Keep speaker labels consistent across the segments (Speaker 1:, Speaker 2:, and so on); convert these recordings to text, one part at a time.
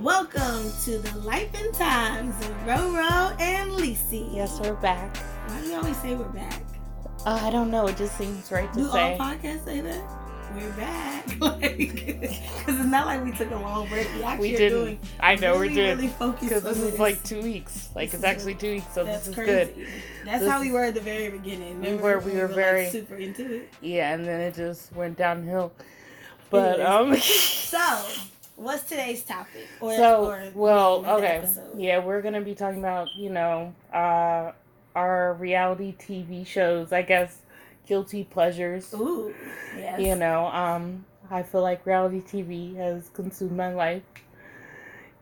Speaker 1: Welcome to the life and times of Roro and Lisi.
Speaker 2: Yes, we're back.
Speaker 1: Why do you always say we're back?
Speaker 2: Uh, I don't know. It just seems right to
Speaker 1: Do
Speaker 2: say.
Speaker 1: all podcasts say that? We're back. Because it's not like we took a long break. We actually
Speaker 2: we
Speaker 1: are
Speaker 2: didn't.
Speaker 1: doing
Speaker 2: I know
Speaker 1: really,
Speaker 2: we're doing
Speaker 1: really focused
Speaker 2: because
Speaker 1: on
Speaker 2: this is like two weeks. Like
Speaker 1: This is
Speaker 2: it's actually two weeks, so
Speaker 1: That's
Speaker 2: this is
Speaker 1: crazy.
Speaker 2: good.
Speaker 1: That's
Speaker 2: This
Speaker 1: how we
Speaker 2: is-
Speaker 1: were at the very beginning.
Speaker 2: We
Speaker 1: Remember
Speaker 2: were-
Speaker 1: when
Speaker 2: we were
Speaker 1: like,
Speaker 2: very-
Speaker 1: super into it.
Speaker 2: Yeah, and then it just went downhill. But
Speaker 1: Anyways.
Speaker 2: um,
Speaker 1: So, what's today's topic? Or,
Speaker 2: so
Speaker 1: or
Speaker 2: well,
Speaker 1: name of the
Speaker 2: okay,
Speaker 1: episode?
Speaker 2: yeah, we're gonna be talking about you know uh our reality TV shows. I guess guilty pleasures.
Speaker 1: Ooh, yes.
Speaker 2: You know, um, I feel like reality TV has consumed my life.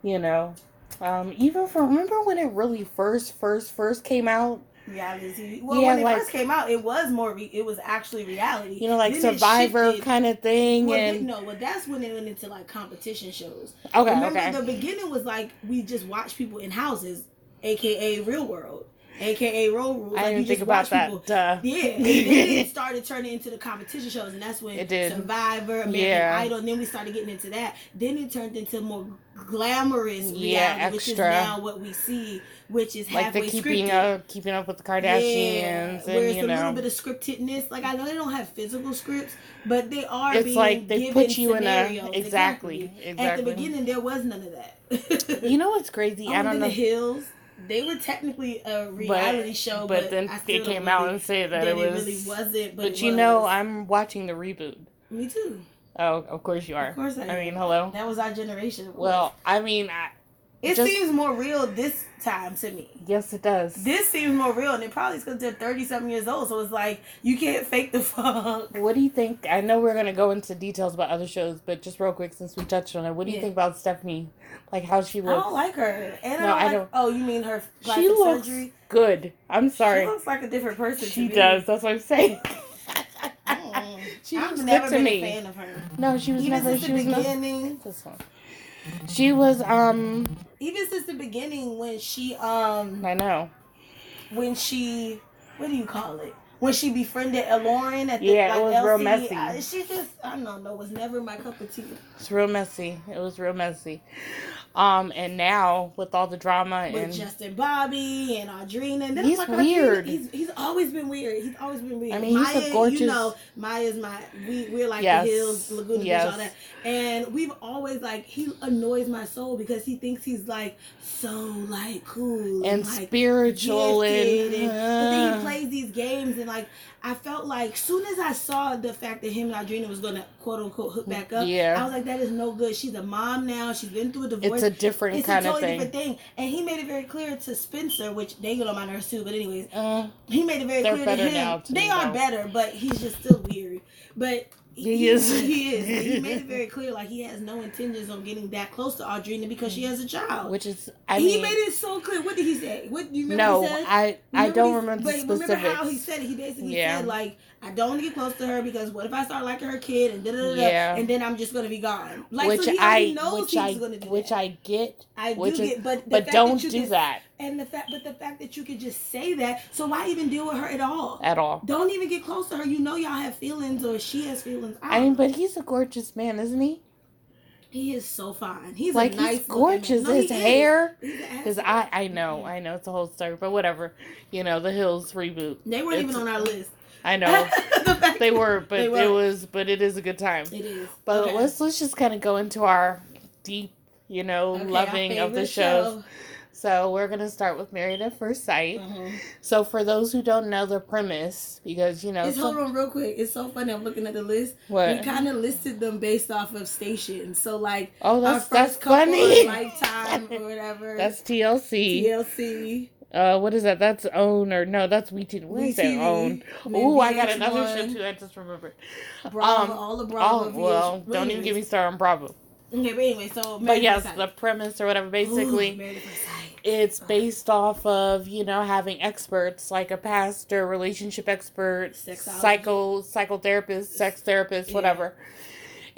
Speaker 2: You know, um, even for remember when it really first, first, first came out.
Speaker 1: reality TV. Well,
Speaker 2: Yeah,
Speaker 1: when it
Speaker 2: like-
Speaker 1: first came out, it was more. Re- it was actually reality.
Speaker 2: You know, like
Speaker 1: Then it
Speaker 2: Survivor
Speaker 1: shifted-
Speaker 2: kind of thing,
Speaker 1: Well, then-
Speaker 2: and
Speaker 1: no, well, that's when it went into like competition shows.
Speaker 2: okay,
Speaker 1: Remember,
Speaker 2: okay,
Speaker 1: the beginning was like we just watched people in houses, aka Real World, aka Road Rules.
Speaker 2: I
Speaker 1: like, you
Speaker 2: didn't
Speaker 1: just
Speaker 2: think
Speaker 1: watch
Speaker 2: about
Speaker 1: people.
Speaker 2: that. Duh.
Speaker 1: Yeah, and then it started turning into the competition shows, and that's when
Speaker 2: It did.
Speaker 1: Survivor, American
Speaker 2: Yeah.
Speaker 1: Idol, and then we started getting into that. Then it turned into more glamorous reality,
Speaker 2: Yeah,
Speaker 1: which is
Speaker 2: extra.
Speaker 1: now what we see, which is
Speaker 2: like
Speaker 1: halfway
Speaker 2: the keeping
Speaker 1: scripted.
Speaker 2: up, keeping up with the Kardashians,
Speaker 1: Yeah, where
Speaker 2: and
Speaker 1: it's a
Speaker 2: you
Speaker 1: little
Speaker 2: know,
Speaker 1: bit of scriptedness. Like I know they don't have physical scripts, but they are.
Speaker 2: it's
Speaker 1: being
Speaker 2: like they
Speaker 1: given
Speaker 2: put you in a
Speaker 1: scenarios.
Speaker 2: exactly,
Speaker 1: At the
Speaker 2: exactly.
Speaker 1: beginning, there was none of that.
Speaker 2: You know what's crazy? I
Speaker 1: Only
Speaker 2: don't
Speaker 1: in the
Speaker 2: know,
Speaker 1: hills. They were technically a reality show, but,
Speaker 2: but then
Speaker 1: I still
Speaker 2: it came
Speaker 1: don't
Speaker 2: out
Speaker 1: believe
Speaker 2: and said that
Speaker 1: that
Speaker 2: it was.
Speaker 1: really wasn't. But,
Speaker 2: But
Speaker 1: it
Speaker 2: you know,
Speaker 1: was.
Speaker 2: I'm watching the reboot.
Speaker 1: me too.
Speaker 2: Oh, of course you
Speaker 1: Of
Speaker 2: are.
Speaker 1: course, I,
Speaker 2: I
Speaker 1: am.
Speaker 2: mean, hello.
Speaker 1: that was our generation. of course.
Speaker 2: Well, I mean, I,
Speaker 1: it
Speaker 2: just-
Speaker 1: seems more real this time to me.
Speaker 2: yes, it does.
Speaker 1: This seems more real, and it probably is because they're thirty something years old. So it's like you can't fake the funk.
Speaker 2: What do you think? I know we're gonna go into details about other shows, but just real quick, since we touched on it, what do you
Speaker 1: Yeah. Oh,
Speaker 2: think about Stephanie? Like how she
Speaker 1: I
Speaker 2: looks?
Speaker 1: don't like her. And
Speaker 2: No,
Speaker 1: I, don't
Speaker 2: I
Speaker 1: like,
Speaker 2: don't-
Speaker 1: Oh, you mean her plastic
Speaker 2: she looks
Speaker 1: surgery?
Speaker 2: good. I'm
Speaker 1: She
Speaker 2: sorry,
Speaker 1: looks like a different person.
Speaker 2: she,
Speaker 1: to me.
Speaker 2: does. That's what I'm saying.
Speaker 1: Mm.
Speaker 2: she
Speaker 1: I've
Speaker 2: looks
Speaker 1: never
Speaker 2: good
Speaker 1: been
Speaker 2: to me.
Speaker 1: a fan of her.
Speaker 2: No, she was
Speaker 1: Even
Speaker 2: never.
Speaker 1: since
Speaker 2: She
Speaker 1: the
Speaker 2: was not
Speaker 1: beginning,
Speaker 2: this one. She was um.
Speaker 1: even since the beginning when she um
Speaker 2: I know.
Speaker 1: when she what do you call it when she befriended Lauren at the
Speaker 2: Yeah,
Speaker 1: like,
Speaker 2: it was real
Speaker 1: LC,
Speaker 2: messy.
Speaker 1: I- she just I don't know was never my cup of tea.
Speaker 2: It's real messy. It was real messy. Um, and now with all the drama
Speaker 1: With
Speaker 2: and
Speaker 1: Justin Bobby and Audrina. And that's
Speaker 2: He's
Speaker 1: like
Speaker 2: weird.
Speaker 1: Audrina, he's, he's always been weird. He's always been weird.
Speaker 2: I mean, he's a gorgeous-
Speaker 1: You know, Maya's my. We, we're like
Speaker 2: Yes.
Speaker 1: the hills, Laguna Beach, all
Speaker 2: Yes.
Speaker 1: that. And we've always, like, he annoys my soul because he thinks he's, like, so, like, cool.
Speaker 2: and
Speaker 1: like,
Speaker 2: spiritual
Speaker 1: gifted
Speaker 2: and,
Speaker 1: and, but then he
Speaker 2: uh,
Speaker 1: plays these games and like I felt like soon as I saw the fact that him and Audrina was gonna quote unquote hook back up,
Speaker 2: Yeah.
Speaker 1: I was like, that is no good. She's a mom now. She's been through a divorce.
Speaker 2: it's a different
Speaker 1: It's
Speaker 2: kind
Speaker 1: a
Speaker 2: of
Speaker 1: totally
Speaker 2: thing.
Speaker 1: different thing. And he made it very clear to Spencer, which they get on my nerves too, but anyways,
Speaker 2: Uh,
Speaker 1: he made it very
Speaker 2: They're
Speaker 1: clear to
Speaker 2: better
Speaker 1: him.
Speaker 2: now, too,
Speaker 1: they are
Speaker 2: though.
Speaker 1: better, but he's just still weird. But
Speaker 2: He is.
Speaker 1: He is. But he made it very clear like he has no intentions on getting that close to Audrina because she has a child.
Speaker 2: which is I
Speaker 1: he
Speaker 2: mean,
Speaker 1: made it so clear. What did he say? What do you remember
Speaker 2: no,
Speaker 1: he said?
Speaker 2: I I
Speaker 1: Remember
Speaker 2: don't
Speaker 1: he-
Speaker 2: remember the
Speaker 1: But remember how he
Speaker 2: specifics.
Speaker 1: said it? He basically
Speaker 2: Yeah.
Speaker 1: said like, "I don't want to get close to her because what if I start liking her kid and da da da, da,
Speaker 2: Yeah.
Speaker 1: and then I'm just gonna be gone." Like,
Speaker 2: which
Speaker 1: so he already
Speaker 2: I
Speaker 1: knows
Speaker 2: which
Speaker 1: he's
Speaker 2: I
Speaker 1: gonna do
Speaker 2: which
Speaker 1: that.
Speaker 2: I get,
Speaker 1: I
Speaker 2: which
Speaker 1: do
Speaker 2: is-
Speaker 1: get, but the
Speaker 2: but
Speaker 1: fact
Speaker 2: don't
Speaker 1: that you
Speaker 2: do
Speaker 1: can,
Speaker 2: that
Speaker 1: And the fact, but the fact that you could just say that, so why even deal with her at all?
Speaker 2: at all.
Speaker 1: Don't even get close to her. You know y'all have feelings, or she has feelings.
Speaker 2: I mean, but he's a gorgeous man, isn't he?
Speaker 1: he is so fine. He's
Speaker 2: like
Speaker 1: a nice
Speaker 2: he's
Speaker 1: looking man.
Speaker 2: gorgeous.
Speaker 1: No,
Speaker 2: His
Speaker 1: he is.
Speaker 2: hair,
Speaker 1: He's an
Speaker 2: because
Speaker 1: asshole.
Speaker 2: I I know I know it's a whole story, but whatever. You know the Hills reboot.
Speaker 1: They weren't even
Speaker 2: it's-
Speaker 1: on our list.
Speaker 2: I know
Speaker 1: The fact
Speaker 2: they were, but
Speaker 1: They
Speaker 2: it
Speaker 1: were.
Speaker 2: was but it is a good time.
Speaker 1: It is.
Speaker 2: But
Speaker 1: Okay.
Speaker 2: let's let's just kind of go into our deep, you know,
Speaker 1: Okay, our
Speaker 2: loving of
Speaker 1: favorite
Speaker 2: the shows. So we're gonna start with Married at First Sight.
Speaker 1: Uh-huh.
Speaker 2: So for those who don't know the premise, because you know,
Speaker 1: Just
Speaker 2: some-
Speaker 1: hold on real quick. It's so funny. I'm looking at the list. We
Speaker 2: what?
Speaker 1: kind of listed them based off of stations. So like
Speaker 2: Oh,
Speaker 1: our
Speaker 2: that's
Speaker 1: first
Speaker 2: that's
Speaker 1: couple
Speaker 2: funny.
Speaker 1: of Lifetime or whatever.
Speaker 2: that's TLC.
Speaker 1: TLC.
Speaker 2: Uh, what is that? That's OWN or no? That's WeTV. What is that
Speaker 1: WeTV,
Speaker 2: OWN?
Speaker 1: and then
Speaker 2: Oh, I got
Speaker 1: VH1,
Speaker 2: another show too. I just remembered.
Speaker 1: Bravo,
Speaker 2: Um,
Speaker 1: all the Bravo.
Speaker 2: Oh well,
Speaker 1: VH1.
Speaker 2: don't even get me started on Bravo.
Speaker 1: Okay, but anyway, so
Speaker 2: But
Speaker 1: Married at
Speaker 2: yes,
Speaker 1: First Sight.
Speaker 2: the premise or whatever.
Speaker 1: Ooh,
Speaker 2: Basically,
Speaker 1: Married at First Sight.
Speaker 2: it's based off of you know having experts like a pastor, relationship expert,
Speaker 1: Sexology.
Speaker 2: psycho psychotherapist, sex therapist,
Speaker 1: Yeah.
Speaker 2: whatever,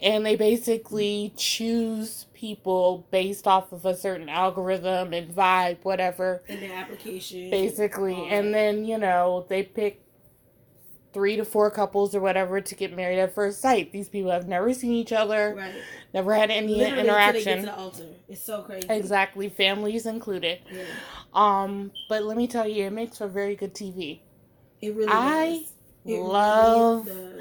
Speaker 2: and they basically choose people based off of a certain algorithm and vibe, whatever,
Speaker 1: and their application.
Speaker 2: basically,
Speaker 1: All
Speaker 2: and
Speaker 1: that.
Speaker 2: then you know they pick three to four couples or whatever to get married at first sight. These people have never seen each other,
Speaker 1: Right.
Speaker 2: never had any
Speaker 1: Literally Until they get to
Speaker 2: interaction.
Speaker 1: the altar. It's so crazy.
Speaker 2: Exactly, families included.
Speaker 1: Yeah.
Speaker 2: Um, but let me tell you, it makes for very good TV.
Speaker 1: It really
Speaker 2: I
Speaker 1: does. It really
Speaker 2: love
Speaker 1: does.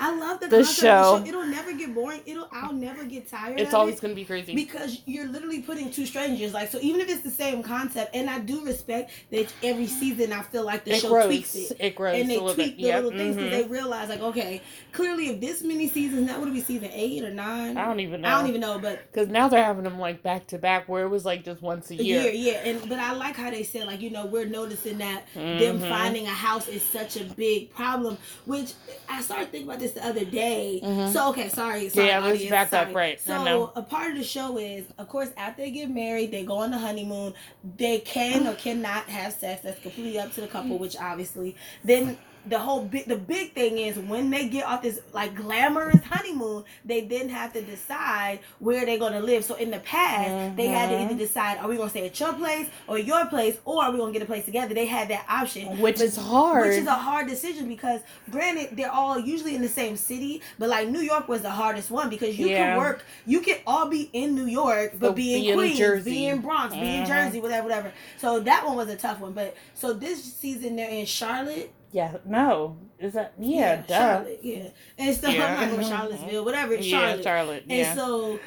Speaker 1: I love the,
Speaker 2: the
Speaker 1: concept of
Speaker 2: show.
Speaker 1: the show. It'll never get boring. It'll I'll never get tired.
Speaker 2: It's
Speaker 1: of
Speaker 2: always
Speaker 1: it
Speaker 2: gonna be crazy.
Speaker 1: because you're literally putting two strangers like so. Even if it's the same concept, and I do respect that every season I feel like the
Speaker 2: it
Speaker 1: show
Speaker 2: grows.
Speaker 1: tweaks it.
Speaker 2: It. grows
Speaker 1: and they
Speaker 2: a little
Speaker 1: tweak
Speaker 2: bit.
Speaker 1: the
Speaker 2: Yeah.
Speaker 1: little things because
Speaker 2: mhm.
Speaker 1: they realize like okay, clearly if this many seasons, that would be season eight or nine.
Speaker 2: I don't even know.
Speaker 1: I don't even know, but
Speaker 2: Because now they're having them like back to back, where it was like just once a year.
Speaker 1: yeah, yeah, and but I like how they said like you know we're noticing that them
Speaker 2: Mhm.
Speaker 1: finding a house is such a big problem. Which I started thinking about this the other day.
Speaker 2: Mhm.
Speaker 1: So okay, sorry, sorry,
Speaker 2: Yeah, let's
Speaker 1: audience,
Speaker 2: back up,
Speaker 1: sorry.
Speaker 2: right, I know.
Speaker 1: So a part of the show is, of course, after they get married, they go on the honeymoon. They can or cannot have sex. That's completely up to the couple. Which obviously, then the whole big, the big thing is when they get off this like glamorous honeymoon, they then have to decide where they're gonna live. So in the past, they had to
Speaker 2: Mhm.
Speaker 1: either decide are we gonna stay at your place or your place, or are we gonna get a place together. They had that option
Speaker 2: which is hard.
Speaker 1: which is a hard decision because granted they're all usually in the same city, but like New York was the hardest one because you
Speaker 2: Yeah.
Speaker 1: can work, you can all be in New York, but,
Speaker 2: But
Speaker 1: be in
Speaker 2: be in
Speaker 1: Queens,
Speaker 2: Jersey.
Speaker 1: be in Bronx, be in
Speaker 2: Mhm.
Speaker 1: Jersey, whatever, whatever. So that one was a tough one. But so this season they're in Charlotte.
Speaker 2: yeah, no, is that yeah, duh.
Speaker 1: Charlotte, yeah, and so
Speaker 2: Yeah.
Speaker 1: I'm like or Charlottesville, whatever, it's
Speaker 2: yeah,
Speaker 1: Charlotte.
Speaker 2: Charlotte,
Speaker 1: And
Speaker 2: yeah,
Speaker 1: so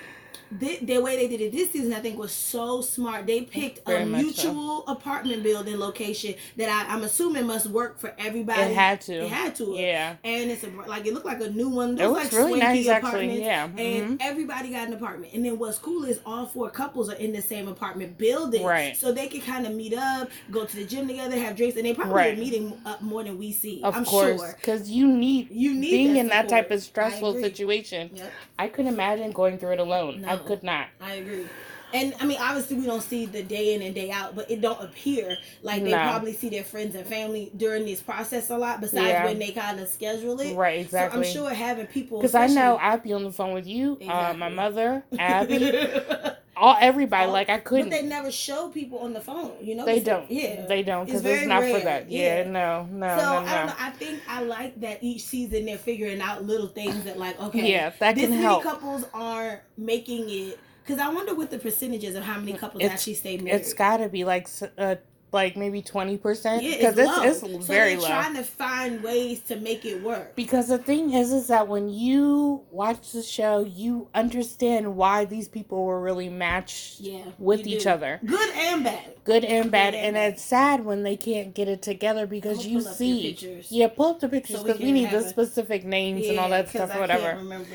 Speaker 1: the, the way they did it this season, I think, was so smart. They picked
Speaker 2: Very
Speaker 1: a
Speaker 2: much
Speaker 1: mutual apartment building location that I, I'm assuming must work for everybody.
Speaker 2: it had to,
Speaker 1: It had to.
Speaker 2: yeah.
Speaker 1: And it's a, like it looked like a new one.
Speaker 2: It
Speaker 1: Those,
Speaker 2: looks
Speaker 1: like
Speaker 2: really
Speaker 1: swanky
Speaker 2: nice, actually.
Speaker 1: apartments.
Speaker 2: Yeah,
Speaker 1: And
Speaker 2: mhm.
Speaker 1: everybody got an apartment. And then what's cool is all four couples are in the same apartment building.
Speaker 2: Right.
Speaker 1: So they can kind of meet up, go to the gym together, have drinks, and they probably
Speaker 2: Right.
Speaker 1: are meeting up more than we see.
Speaker 2: of
Speaker 1: I'm
Speaker 2: course,
Speaker 1: sure.
Speaker 2: because you need
Speaker 1: You need
Speaker 2: being
Speaker 1: that
Speaker 2: in that
Speaker 1: support.
Speaker 2: type of
Speaker 1: I
Speaker 2: stressful
Speaker 1: agree.
Speaker 2: situation.
Speaker 1: Yep.
Speaker 2: I could imagine going through it alone. I
Speaker 1: No.
Speaker 2: could not.
Speaker 1: I agree. And I mean, obviously, we don't see the day in and day out, but it don't appear like they
Speaker 2: No.
Speaker 1: probably see their friends and family during this process a lot. Besides
Speaker 2: Yeah.
Speaker 1: when they kind of schedule it,
Speaker 2: Right, exactly.
Speaker 1: So I'm sure having people
Speaker 2: because I know
Speaker 1: especially-
Speaker 2: I'd be on the phone with you, uh, my
Speaker 1: Exactly.
Speaker 2: mother, Abby, all everybody.
Speaker 1: All-
Speaker 2: like I
Speaker 1: but
Speaker 2: couldn't.
Speaker 1: they never show people on the phone. You know,
Speaker 2: They
Speaker 1: It's-
Speaker 2: don't.
Speaker 1: Yeah,
Speaker 2: They don't
Speaker 1: It's
Speaker 2: because it's,
Speaker 1: very
Speaker 2: not for
Speaker 1: rare,
Speaker 2: that. Yeah,
Speaker 1: yeah.
Speaker 2: no, no,
Speaker 1: so
Speaker 2: no, no.
Speaker 1: I don't know. I think I like that each season they're figuring out little things that like okay,
Speaker 2: Yeah, that
Speaker 1: this
Speaker 2: can
Speaker 1: many
Speaker 2: help.
Speaker 1: couples are making it. Because I wonder what the percentages of how many couples
Speaker 2: It's-
Speaker 1: actually stay married.
Speaker 2: It's got to be like s- uh, like maybe twenty percent
Speaker 1: Yeah,
Speaker 2: because
Speaker 1: it's,
Speaker 2: it's
Speaker 1: low.
Speaker 2: it's
Speaker 1: so
Speaker 2: very
Speaker 1: they're
Speaker 2: low.
Speaker 1: Trying to find ways to make it work.
Speaker 2: Because the thing is, is that when you watch the show, you understand why these people were really matched
Speaker 1: Yeah,
Speaker 2: with
Speaker 1: you
Speaker 2: each
Speaker 1: do.
Speaker 2: other,
Speaker 1: good and bad.
Speaker 2: good and bad.
Speaker 1: and
Speaker 2: and
Speaker 1: bad.
Speaker 2: it's sad when they can't get it together because
Speaker 1: I'ma
Speaker 2: you
Speaker 1: pull up your
Speaker 2: see.
Speaker 1: pictures.
Speaker 2: Yeah, pull up the pictures
Speaker 1: we
Speaker 2: because we,
Speaker 1: can
Speaker 2: need
Speaker 1: have
Speaker 2: the
Speaker 1: a-
Speaker 2: specific names and all
Speaker 1: Yeah,
Speaker 2: that
Speaker 1: 'cause
Speaker 2: stuff
Speaker 1: I
Speaker 2: or
Speaker 1: can't
Speaker 2: whatever.
Speaker 1: remember.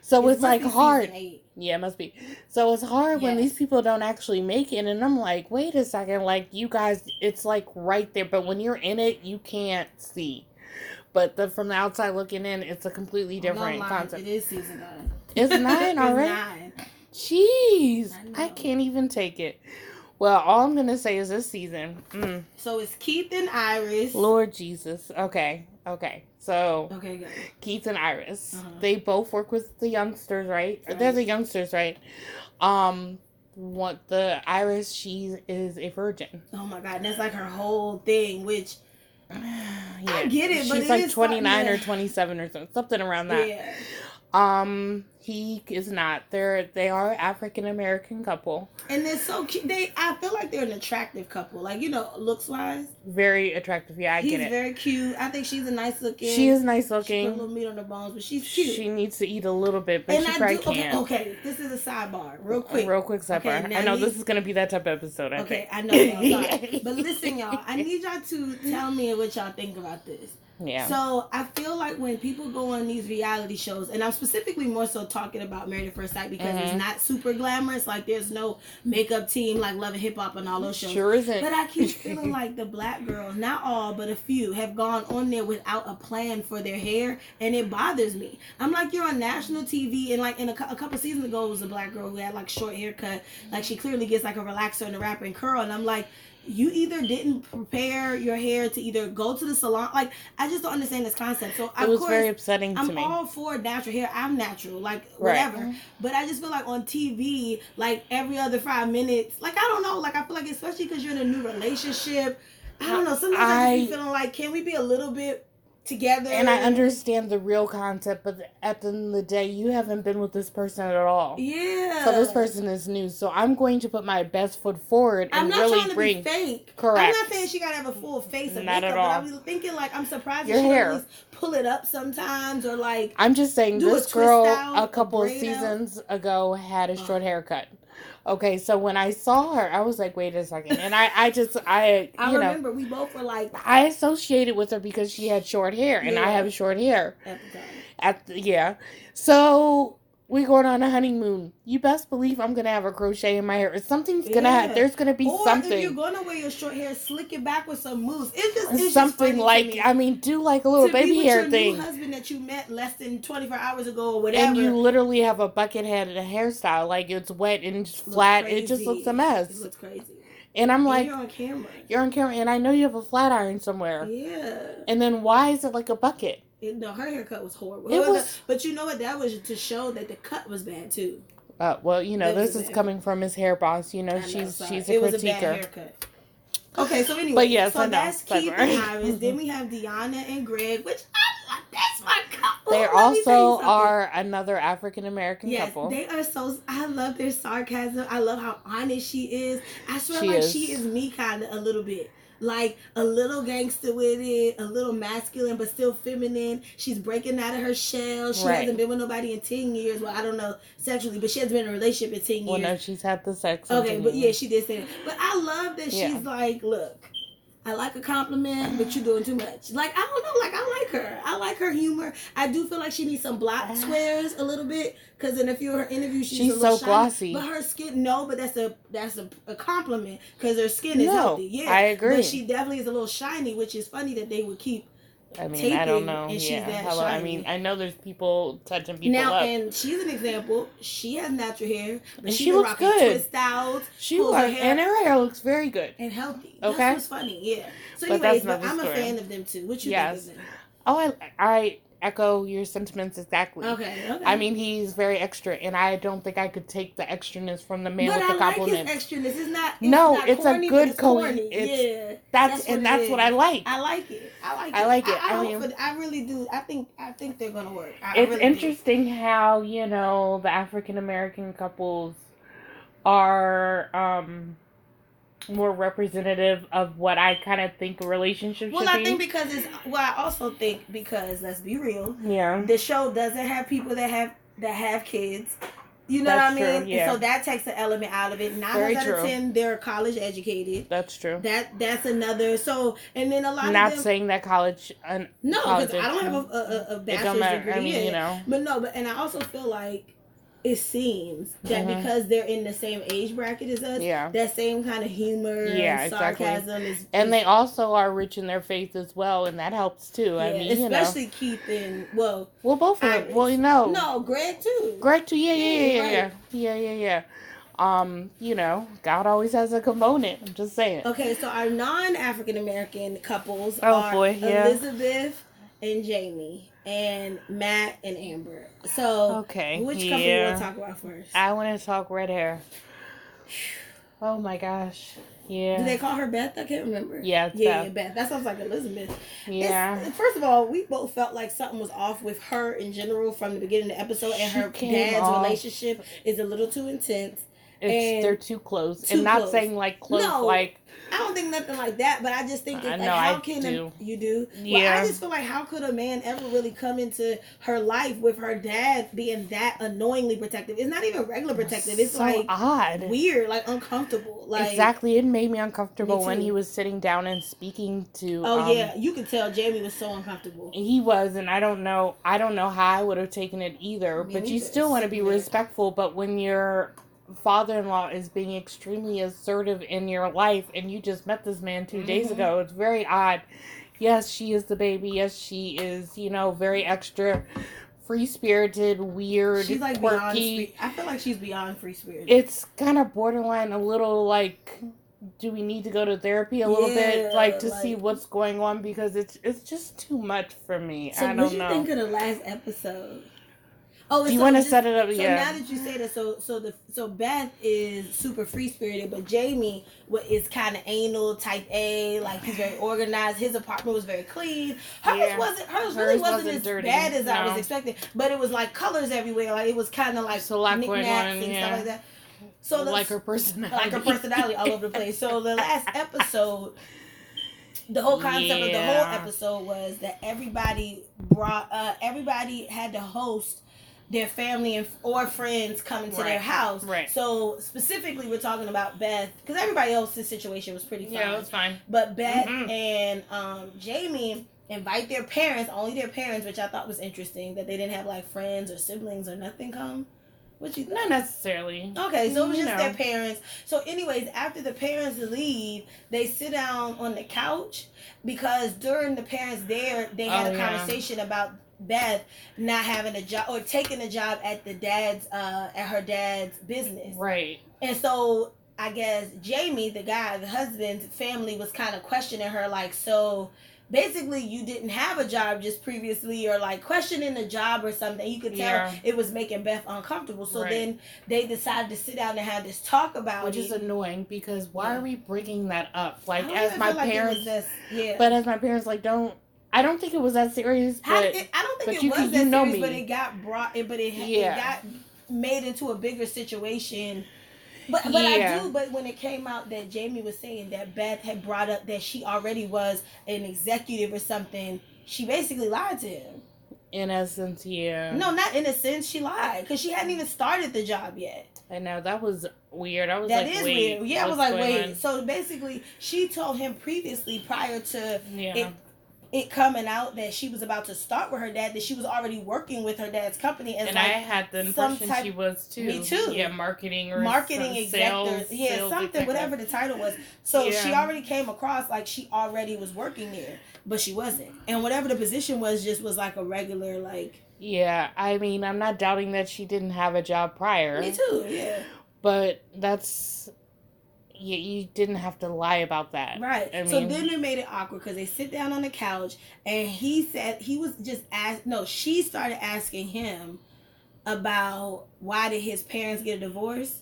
Speaker 2: So
Speaker 1: It must
Speaker 2: it's like
Speaker 1: be season
Speaker 2: hard.
Speaker 1: eight.
Speaker 2: Yeah, it must be. So it's hard when
Speaker 1: Yes.
Speaker 2: these people don't actually make it, and I'm like, wait a second, like you guys, it's like right there, but when you're in it, you can't see. But the from the outside looking in, it's a completely
Speaker 1: I'm not
Speaker 2: different
Speaker 1: lying,
Speaker 2: concept.
Speaker 1: It is season nine.
Speaker 2: It's nine
Speaker 1: It's
Speaker 2: already.
Speaker 1: nine.
Speaker 2: Jeez,
Speaker 1: I
Speaker 2: I,
Speaker 1: know.
Speaker 2: can't even take it. Well, all I'm gonna say is this season. Mm,
Speaker 1: So it's Keith and Iris.
Speaker 2: Lord Jesus. Okay, okay. So
Speaker 1: Okay, good.
Speaker 2: Keith and Iris.
Speaker 1: Uh-huh.
Speaker 2: They both work with the youngsters, right? Or They're
Speaker 1: Right.
Speaker 2: the youngsters, right? Um, what the Iris? She is a virgin.
Speaker 1: Oh my god, and that's like her whole thing. Which
Speaker 2: Yeah.
Speaker 1: get it,
Speaker 2: She's
Speaker 1: but it
Speaker 2: like
Speaker 1: is something
Speaker 2: twenty nine or
Speaker 1: that-
Speaker 2: twenty seven or something, something around that.
Speaker 1: yeah,
Speaker 2: Um, he is not. They're they are African American couple,
Speaker 1: and they're so cute. They, I feel like they're an attractive couple. Like you know, looks wise,
Speaker 2: very attractive. Yeah, I
Speaker 1: he's
Speaker 2: get it.
Speaker 1: very cute. I think she's a nice looking.
Speaker 2: She is nice
Speaker 1: She put a
Speaker 2: looking.
Speaker 1: little meat on the bones, but she's cute.
Speaker 2: She needs to eat a little bit, but she probably can't.
Speaker 1: Okay, okay, this is a sidebar, real quick.
Speaker 2: Real quick supper.
Speaker 1: Okay, now
Speaker 2: I know
Speaker 1: you-
Speaker 2: this is gonna be that type of episode. I
Speaker 1: okay,
Speaker 2: think.
Speaker 1: I know, y'all, sorry. but listen, y'all. I need y'all to tell me what y'all think about this.
Speaker 2: Yeah.
Speaker 1: So I feel like when people go on these reality shows, and I'm specifically more so talking about Married at First Sight because
Speaker 2: Mhm.
Speaker 1: it's not super glamorous. Like there's no makeup team like Love and Hip Hop and all those shows.
Speaker 2: Sure isn't.
Speaker 1: But I keep feeling like the black girls, not all, but a few, have gone on there without a plan for their hair, and it bothers me. I'm like, you're on national TV, and like in a, cou- a couple seasons ago, it was a black girl who had like short haircut. Like she clearly gets like a relaxer and a wrap and curl, and I'm like, you either didn't prepare your hair to either go to the salon. Like I just don't understand this concept. So
Speaker 2: it
Speaker 1: of
Speaker 2: was
Speaker 1: course,
Speaker 2: very upsetting to
Speaker 1: I'm
Speaker 2: me.
Speaker 1: all for natural hair. I'm natural, like
Speaker 2: Right.
Speaker 1: whatever. But I just feel like on TV, like every other five minutes, like I don't know, like I feel like especially because you're in a new relationshous. I don't know. Sometimes I, just
Speaker 2: I-
Speaker 1: be feeling like, can we be a little bit together.
Speaker 2: And I understand the real concept, but at the end of the day, you haven't been with this person at all.
Speaker 1: Yeah.
Speaker 2: So this person is new. So I'm going to put my best foot forward and
Speaker 1: I'm not
Speaker 2: really
Speaker 1: trying to
Speaker 2: bring
Speaker 1: be fake. I'm
Speaker 2: correct.
Speaker 1: not saying she gotta have a full face of
Speaker 2: Not
Speaker 1: makeup,
Speaker 2: at all.
Speaker 1: but I was thinking like I'm surprised that
Speaker 2: Your
Speaker 1: she don't
Speaker 2: hair.
Speaker 1: at least pull it up sometimes or like
Speaker 2: I'm just saying
Speaker 1: Do a
Speaker 2: this
Speaker 1: twist
Speaker 2: girl
Speaker 1: out,
Speaker 2: a couple of
Speaker 1: braid out.
Speaker 2: seasons ago had a
Speaker 1: Ugh.
Speaker 2: short haircut. Okay, so when I saw her, I was like, wait a second. And I, I just I
Speaker 1: I
Speaker 2: you know
Speaker 1: remember we both were like
Speaker 2: I associated with her because she had short hair and I
Speaker 1: Yeah.
Speaker 2: have short hair.
Speaker 1: at the time.
Speaker 2: At the, yeah. So we going on a honeymoon. You best believe I'm gonna have a crochet in my hair. Something's gonna
Speaker 1: Yeah.
Speaker 2: have there's gonna be
Speaker 1: or if you're
Speaker 2: something.
Speaker 1: gonna wear your short hair, slick it back with some mousse. It's just it's just funny
Speaker 2: Something
Speaker 1: to
Speaker 2: like
Speaker 1: me.
Speaker 2: I mean, do like a little
Speaker 1: to
Speaker 2: baby
Speaker 1: be with
Speaker 2: hair
Speaker 1: your
Speaker 2: thing.
Speaker 1: New husband that you met less than 24 hours ago or whatever.
Speaker 2: and you literally have a bucket head and a hairstyle. Like it's wet and just
Speaker 1: Looks
Speaker 2: flat. It just
Speaker 1: crazy.
Speaker 2: looks a
Speaker 1: It
Speaker 2: mess.
Speaker 1: looks crazy.
Speaker 2: And I'm
Speaker 1: And
Speaker 2: like,
Speaker 1: you're on camera.
Speaker 2: you're on camera, and I know you have a flat iron somewhere.
Speaker 1: yeah.
Speaker 2: And then why is it like a bucket?
Speaker 1: It, no, her haircut was horrible.
Speaker 2: It
Speaker 1: However,
Speaker 2: was-
Speaker 1: but you know what? That was to show that the cut was bad too.
Speaker 2: Uh, well, you know,
Speaker 1: That was
Speaker 2: this is
Speaker 1: bad.
Speaker 2: coming from his hair boss. You know,
Speaker 1: I know,
Speaker 2: she's
Speaker 1: sorry.
Speaker 2: she's a
Speaker 1: it was a bad
Speaker 2: critiquer.
Speaker 1: haircut. Okay, so anyway,
Speaker 2: But yes,
Speaker 1: so
Speaker 2: I know,
Speaker 1: that's
Speaker 2: but-
Speaker 1: Keith and Iris. then we have Deanna and Greg, which I like. That's my couple.
Speaker 2: They
Speaker 1: Let me tell you
Speaker 2: also
Speaker 1: something.
Speaker 2: are another African American
Speaker 1: Yes,
Speaker 2: couple.
Speaker 1: they are so. I love their sarcasm. I love how honest she is. I swear,
Speaker 2: She
Speaker 1: like
Speaker 2: is.
Speaker 1: she is me, kind of a little bit. Like a little gangster with it, a little masculine but still feminine. She's breaking out of her shell. She
Speaker 2: Right.
Speaker 1: hasn't been with nobody in ten years. Well, I don't know sexually, but she hasn't been in a relationship in ten
Speaker 2: well, no,
Speaker 1: years.
Speaker 2: she's had the sex.
Speaker 1: okay, but yeah, she did say that. But I love that
Speaker 2: Yeah.
Speaker 1: she's like, look, I like a compliment, but you're doing too much. Like I don't know. Like I like her. I like her humor. I do feel like she needs some block squares a little bit because in a few of her interviews she's,
Speaker 2: Ah. She's
Speaker 1: a little
Speaker 2: so
Speaker 1: shy,
Speaker 2: glossy.
Speaker 1: But her skin, no. But that's a that's a, a compliment because her skin is
Speaker 2: No,
Speaker 1: healthy. Yeah,
Speaker 2: I agree.
Speaker 1: But she definitely is a little shiny, which is funny that they would keep.
Speaker 2: I mean, I
Speaker 1: taping,
Speaker 2: don't know.
Speaker 1: and she's
Speaker 2: Yeah,
Speaker 1: that
Speaker 2: hello. I
Speaker 1: shiny.
Speaker 2: mean, I know there's people touching people
Speaker 1: now,
Speaker 2: up.
Speaker 1: and she's an example. She has natural hair, but
Speaker 2: And
Speaker 1: she,
Speaker 2: she
Speaker 1: been
Speaker 2: looks
Speaker 1: rocking
Speaker 2: good.
Speaker 1: twist outs
Speaker 2: she
Speaker 1: pulls her
Speaker 2: was,
Speaker 1: hair
Speaker 2: and her hair looks very good.
Speaker 1: and healthy.
Speaker 2: Okay.
Speaker 1: That's what's funny. Yeah. So,
Speaker 2: But
Speaker 1: anyways,
Speaker 2: that's
Speaker 1: but
Speaker 2: another
Speaker 1: I'm a
Speaker 2: story.
Speaker 1: fan of them too. What you
Speaker 2: Yes.
Speaker 1: think of
Speaker 2: Oh, I I echo your sentiments exactly.
Speaker 1: them? Okay. Okay.
Speaker 2: I mean, he's very extra, and I don't think I could take the extraness from the man
Speaker 1: but
Speaker 2: with
Speaker 1: I
Speaker 2: the
Speaker 1: like his
Speaker 2: compliment.
Speaker 1: extraness. It's not. It's
Speaker 2: No,
Speaker 1: not
Speaker 2: it's a
Speaker 1: corny, but
Speaker 2: good
Speaker 1: it's
Speaker 2: co-
Speaker 1: corny.
Speaker 2: it's-
Speaker 1: yeah,
Speaker 2: that's,
Speaker 1: that's what
Speaker 2: and
Speaker 1: it
Speaker 2: that's what
Speaker 1: is.
Speaker 2: I like.
Speaker 1: I like it. I like it.
Speaker 2: I like it.
Speaker 1: I,
Speaker 2: I
Speaker 1: hope
Speaker 2: mean-
Speaker 1: for- I really do. I think. I think they're gonna work. I
Speaker 2: it's
Speaker 1: really do.
Speaker 2: interesting how you know the African American couples are um more representative of what I kind of think a relationship
Speaker 1: Well,
Speaker 2: should
Speaker 1: I
Speaker 2: be.
Speaker 1: think because it's. Well, I also think because let's be real,
Speaker 2: yeah,
Speaker 1: the show doesn't have people that have that have kids. You know
Speaker 2: That's
Speaker 1: what I mean?
Speaker 2: true, yeah.
Speaker 1: So that takes an element out of it. Nine
Speaker 2: Very
Speaker 1: out of
Speaker 2: true.
Speaker 1: ten, they're college educated.
Speaker 2: that's true.
Speaker 1: That that's another. So and then a lot
Speaker 2: Not
Speaker 1: of them.
Speaker 2: saying that college, and
Speaker 1: No,
Speaker 2: college
Speaker 1: because I don't have a, a, a
Speaker 2: it don't
Speaker 1: bachelor's
Speaker 2: matter.
Speaker 1: degree.
Speaker 2: I mean,
Speaker 1: yeah.
Speaker 2: you know,
Speaker 1: But no, but and I also feel like it seems that
Speaker 2: Mhm.
Speaker 1: because they're in the same age bracket as us,
Speaker 2: yeah.
Speaker 1: that same kind of humor,
Speaker 2: Yeah,
Speaker 1: and
Speaker 2: exactly.
Speaker 1: sarcasm is,
Speaker 2: And they also are rich in their faith as well, and that helps too.
Speaker 1: yeah,
Speaker 2: I mean, you know,
Speaker 1: especially Keith and well,
Speaker 2: well, both of them.
Speaker 1: Iris.
Speaker 2: Well, you know,
Speaker 1: no, Greg too.
Speaker 2: Greg too. Yeah, yeah, yeah,
Speaker 1: Yeah,
Speaker 2: yeah,
Speaker 1: right.
Speaker 2: yeah, yeah, yeah, yeah. Um, you know, God always has a component. I'm just saying.
Speaker 1: Okay, so our non-African American couples
Speaker 2: Oh,
Speaker 1: are
Speaker 2: boy, yeah.
Speaker 1: Elizabeth and Jamie, and Matt and Amber. So,
Speaker 2: Okay.
Speaker 1: which
Speaker 2: yeah.
Speaker 1: couple you want to talk about first?
Speaker 2: I want to talk red hair. Oh my gosh. Yeah.
Speaker 1: Do they call her Beth? I can't remember.
Speaker 2: Yeah, it's
Speaker 1: yeah, yeah, Beth. That sounds like Elizabeth. It's-
Speaker 2: yeah.
Speaker 1: First of all, we both felt like something was off with her in general from the beginning of the episode, and
Speaker 2: She
Speaker 1: her
Speaker 2: came
Speaker 1: dad's
Speaker 2: off-
Speaker 1: relationship is a little too intense.
Speaker 2: It's,
Speaker 1: and-
Speaker 2: they're too close.
Speaker 1: Too
Speaker 2: and not
Speaker 1: close.
Speaker 2: saying like close,
Speaker 1: No.
Speaker 2: like
Speaker 1: I don't think nothing like that, but I just think it's
Speaker 2: I
Speaker 1: like
Speaker 2: know,
Speaker 1: how
Speaker 2: I
Speaker 1: can
Speaker 2: do.
Speaker 1: A, you do? Well,
Speaker 2: Yeah.
Speaker 1: I just feel like how could a man ever really come into her life with her dad being that annoyingly protective? It's not even regular protective. It's
Speaker 2: so
Speaker 1: like
Speaker 2: odd.
Speaker 1: weird, like uncomfortable. Like
Speaker 2: exactly. It made me uncomfortable when
Speaker 1: too.
Speaker 2: he was sitting down and speaking to.
Speaker 1: Oh
Speaker 2: um,
Speaker 1: yeah, you could tell Jamie was so uncomfortable.
Speaker 2: He was, and I don't know. I don't know how I would have taken it either.
Speaker 1: Me
Speaker 2: but you
Speaker 1: neither.
Speaker 2: still want to be
Speaker 1: Same here.
Speaker 2: respectful. But when your father-in-law is being extremely assertive in your life, and you just met this man 2 days
Speaker 1: Mhm.
Speaker 2: ago, it's very odd. Yes, she is the baby. Yes, she is. You know, very extra, free-spirited, weird,
Speaker 1: She's like beyond.
Speaker 2: quirky.
Speaker 1: Free, I feel like she's beyond free spirit.
Speaker 2: It's kind of borderline a little like. Do we need to go to therapy a little
Speaker 1: Yeah,
Speaker 2: bit, like to see
Speaker 1: like-
Speaker 2: what's going on? Because it's it's just too much for me.
Speaker 1: So
Speaker 2: I
Speaker 1: what
Speaker 2: don't
Speaker 1: do you
Speaker 2: know.
Speaker 1: think of the last episode? Oh,
Speaker 3: Do you
Speaker 1: so
Speaker 3: want to
Speaker 1: just-
Speaker 3: set it up?
Speaker 1: So
Speaker 3: yeah.
Speaker 1: now that you say that, so so the so Beth is super free spirited, but Jamie wa- is kind of anal, type A. Like he's very organized. His apartment was very clean. Hers
Speaker 3: Yeah.
Speaker 1: wasn't. Hers really
Speaker 3: Hers
Speaker 1: wasn't,
Speaker 3: wasn't
Speaker 1: as
Speaker 3: dirty,
Speaker 1: bad as I was
Speaker 3: no.
Speaker 1: expecting. But it was like colors everywhere. Like it was kind of like
Speaker 3: Just a lot going
Speaker 1: knickknacks
Speaker 3: on,
Speaker 1: and
Speaker 3: yeah.
Speaker 1: stuff like that. So the,
Speaker 3: like her personality.
Speaker 1: like her personality all over the place. So the last episode, the whole concept of the
Speaker 3: Yeah.
Speaker 1: whole episode was that everybody brought, uh, everybody had to host their family and or friends coming to their
Speaker 3: Right.
Speaker 1: house.
Speaker 3: Right.
Speaker 1: So specifically, we're talking about Beth because everybody else's situation was pretty fun.
Speaker 3: Yeah, that's fine.
Speaker 1: But Beth
Speaker 3: Mhm.
Speaker 1: and um, Jamie invite their parents, only their parents, which I thought was interesting that they didn't have like friends or siblings or nothing come. What you think?
Speaker 3: Not necessarily.
Speaker 1: Okay, so it was
Speaker 3: You
Speaker 1: just
Speaker 3: know.
Speaker 1: their parents. So, anyways, after the parents leave, they sit down on the couch because during the parents there, they had
Speaker 3: Oh,
Speaker 1: a
Speaker 3: yeah.
Speaker 1: conversation about Beth not having a job or taking a job at the dad's uh at her dad's business.
Speaker 3: Right.
Speaker 1: And so I guess Jamie, the guy, the husband's family was kind of questioning her, like, so basically you didn't have a job just previously, or like questioning a job or something. You could tell
Speaker 3: Yeah.
Speaker 1: it was making Beth uncomfortable. So
Speaker 3: Right.
Speaker 1: then they decided to sit down and have this talk about
Speaker 2: Which
Speaker 1: it.
Speaker 2: is annoying because why
Speaker 1: Yeah.
Speaker 2: are we bringing that up?
Speaker 1: I
Speaker 2: Like
Speaker 1: don't
Speaker 2: as
Speaker 1: even
Speaker 2: my
Speaker 1: feel like it was
Speaker 2: parents,
Speaker 1: this- yeah.
Speaker 2: but as my parents, like don't. I don't think it was that serious.
Speaker 1: How
Speaker 2: But
Speaker 1: it, I don't think
Speaker 2: but
Speaker 1: it
Speaker 2: you
Speaker 1: was
Speaker 2: can-
Speaker 1: that
Speaker 2: you know
Speaker 1: serious, but
Speaker 2: me.
Speaker 1: it got brought. It, but it, it
Speaker 2: Yeah.
Speaker 1: got made into a bigger situation. But but I
Speaker 2: Yeah.
Speaker 1: do. But when it came out that Jamie was saying that Beth had brought up that she already was an executive or something, she basically lied to him.
Speaker 2: in essence, yeah.
Speaker 1: No, not in a sense. She lied because she hadn't even started the job yet.
Speaker 2: I know that was weird. I was
Speaker 1: That is
Speaker 2: like, wait,
Speaker 1: weird. Yeah, I was
Speaker 2: what's
Speaker 1: like,
Speaker 2: going
Speaker 1: wait.
Speaker 2: on?
Speaker 1: So basically, she told him previously prior to
Speaker 3: Yeah.
Speaker 1: it it coming out that she was about to start with her dad that she was already working with her dad's company as
Speaker 3: and
Speaker 1: like
Speaker 3: I had the
Speaker 1: some
Speaker 3: impression
Speaker 1: type-
Speaker 3: she was too.
Speaker 1: Me too.
Speaker 3: Yeah, marketing or
Speaker 1: marketing
Speaker 3: some
Speaker 1: executive,
Speaker 3: sales,
Speaker 1: yeah,
Speaker 3: sales
Speaker 1: something,
Speaker 3: executive.
Speaker 1: whatever the title was. So she
Speaker 3: Yeah.
Speaker 1: already came across like she already was working there, but she wasn't, and whatever the position was, just was like a regular, like
Speaker 2: Yeah, I mean, I'm not doubting that she didn't have a job prior.
Speaker 1: me too, yeah,
Speaker 2: But that's you, you didn't have to lie about that.
Speaker 1: right.
Speaker 2: I
Speaker 1: so
Speaker 2: mean-
Speaker 1: then it made it awkward because they sit down on the couch, and he said he was just asked. No, she started asking him about why did his parents get a divorce.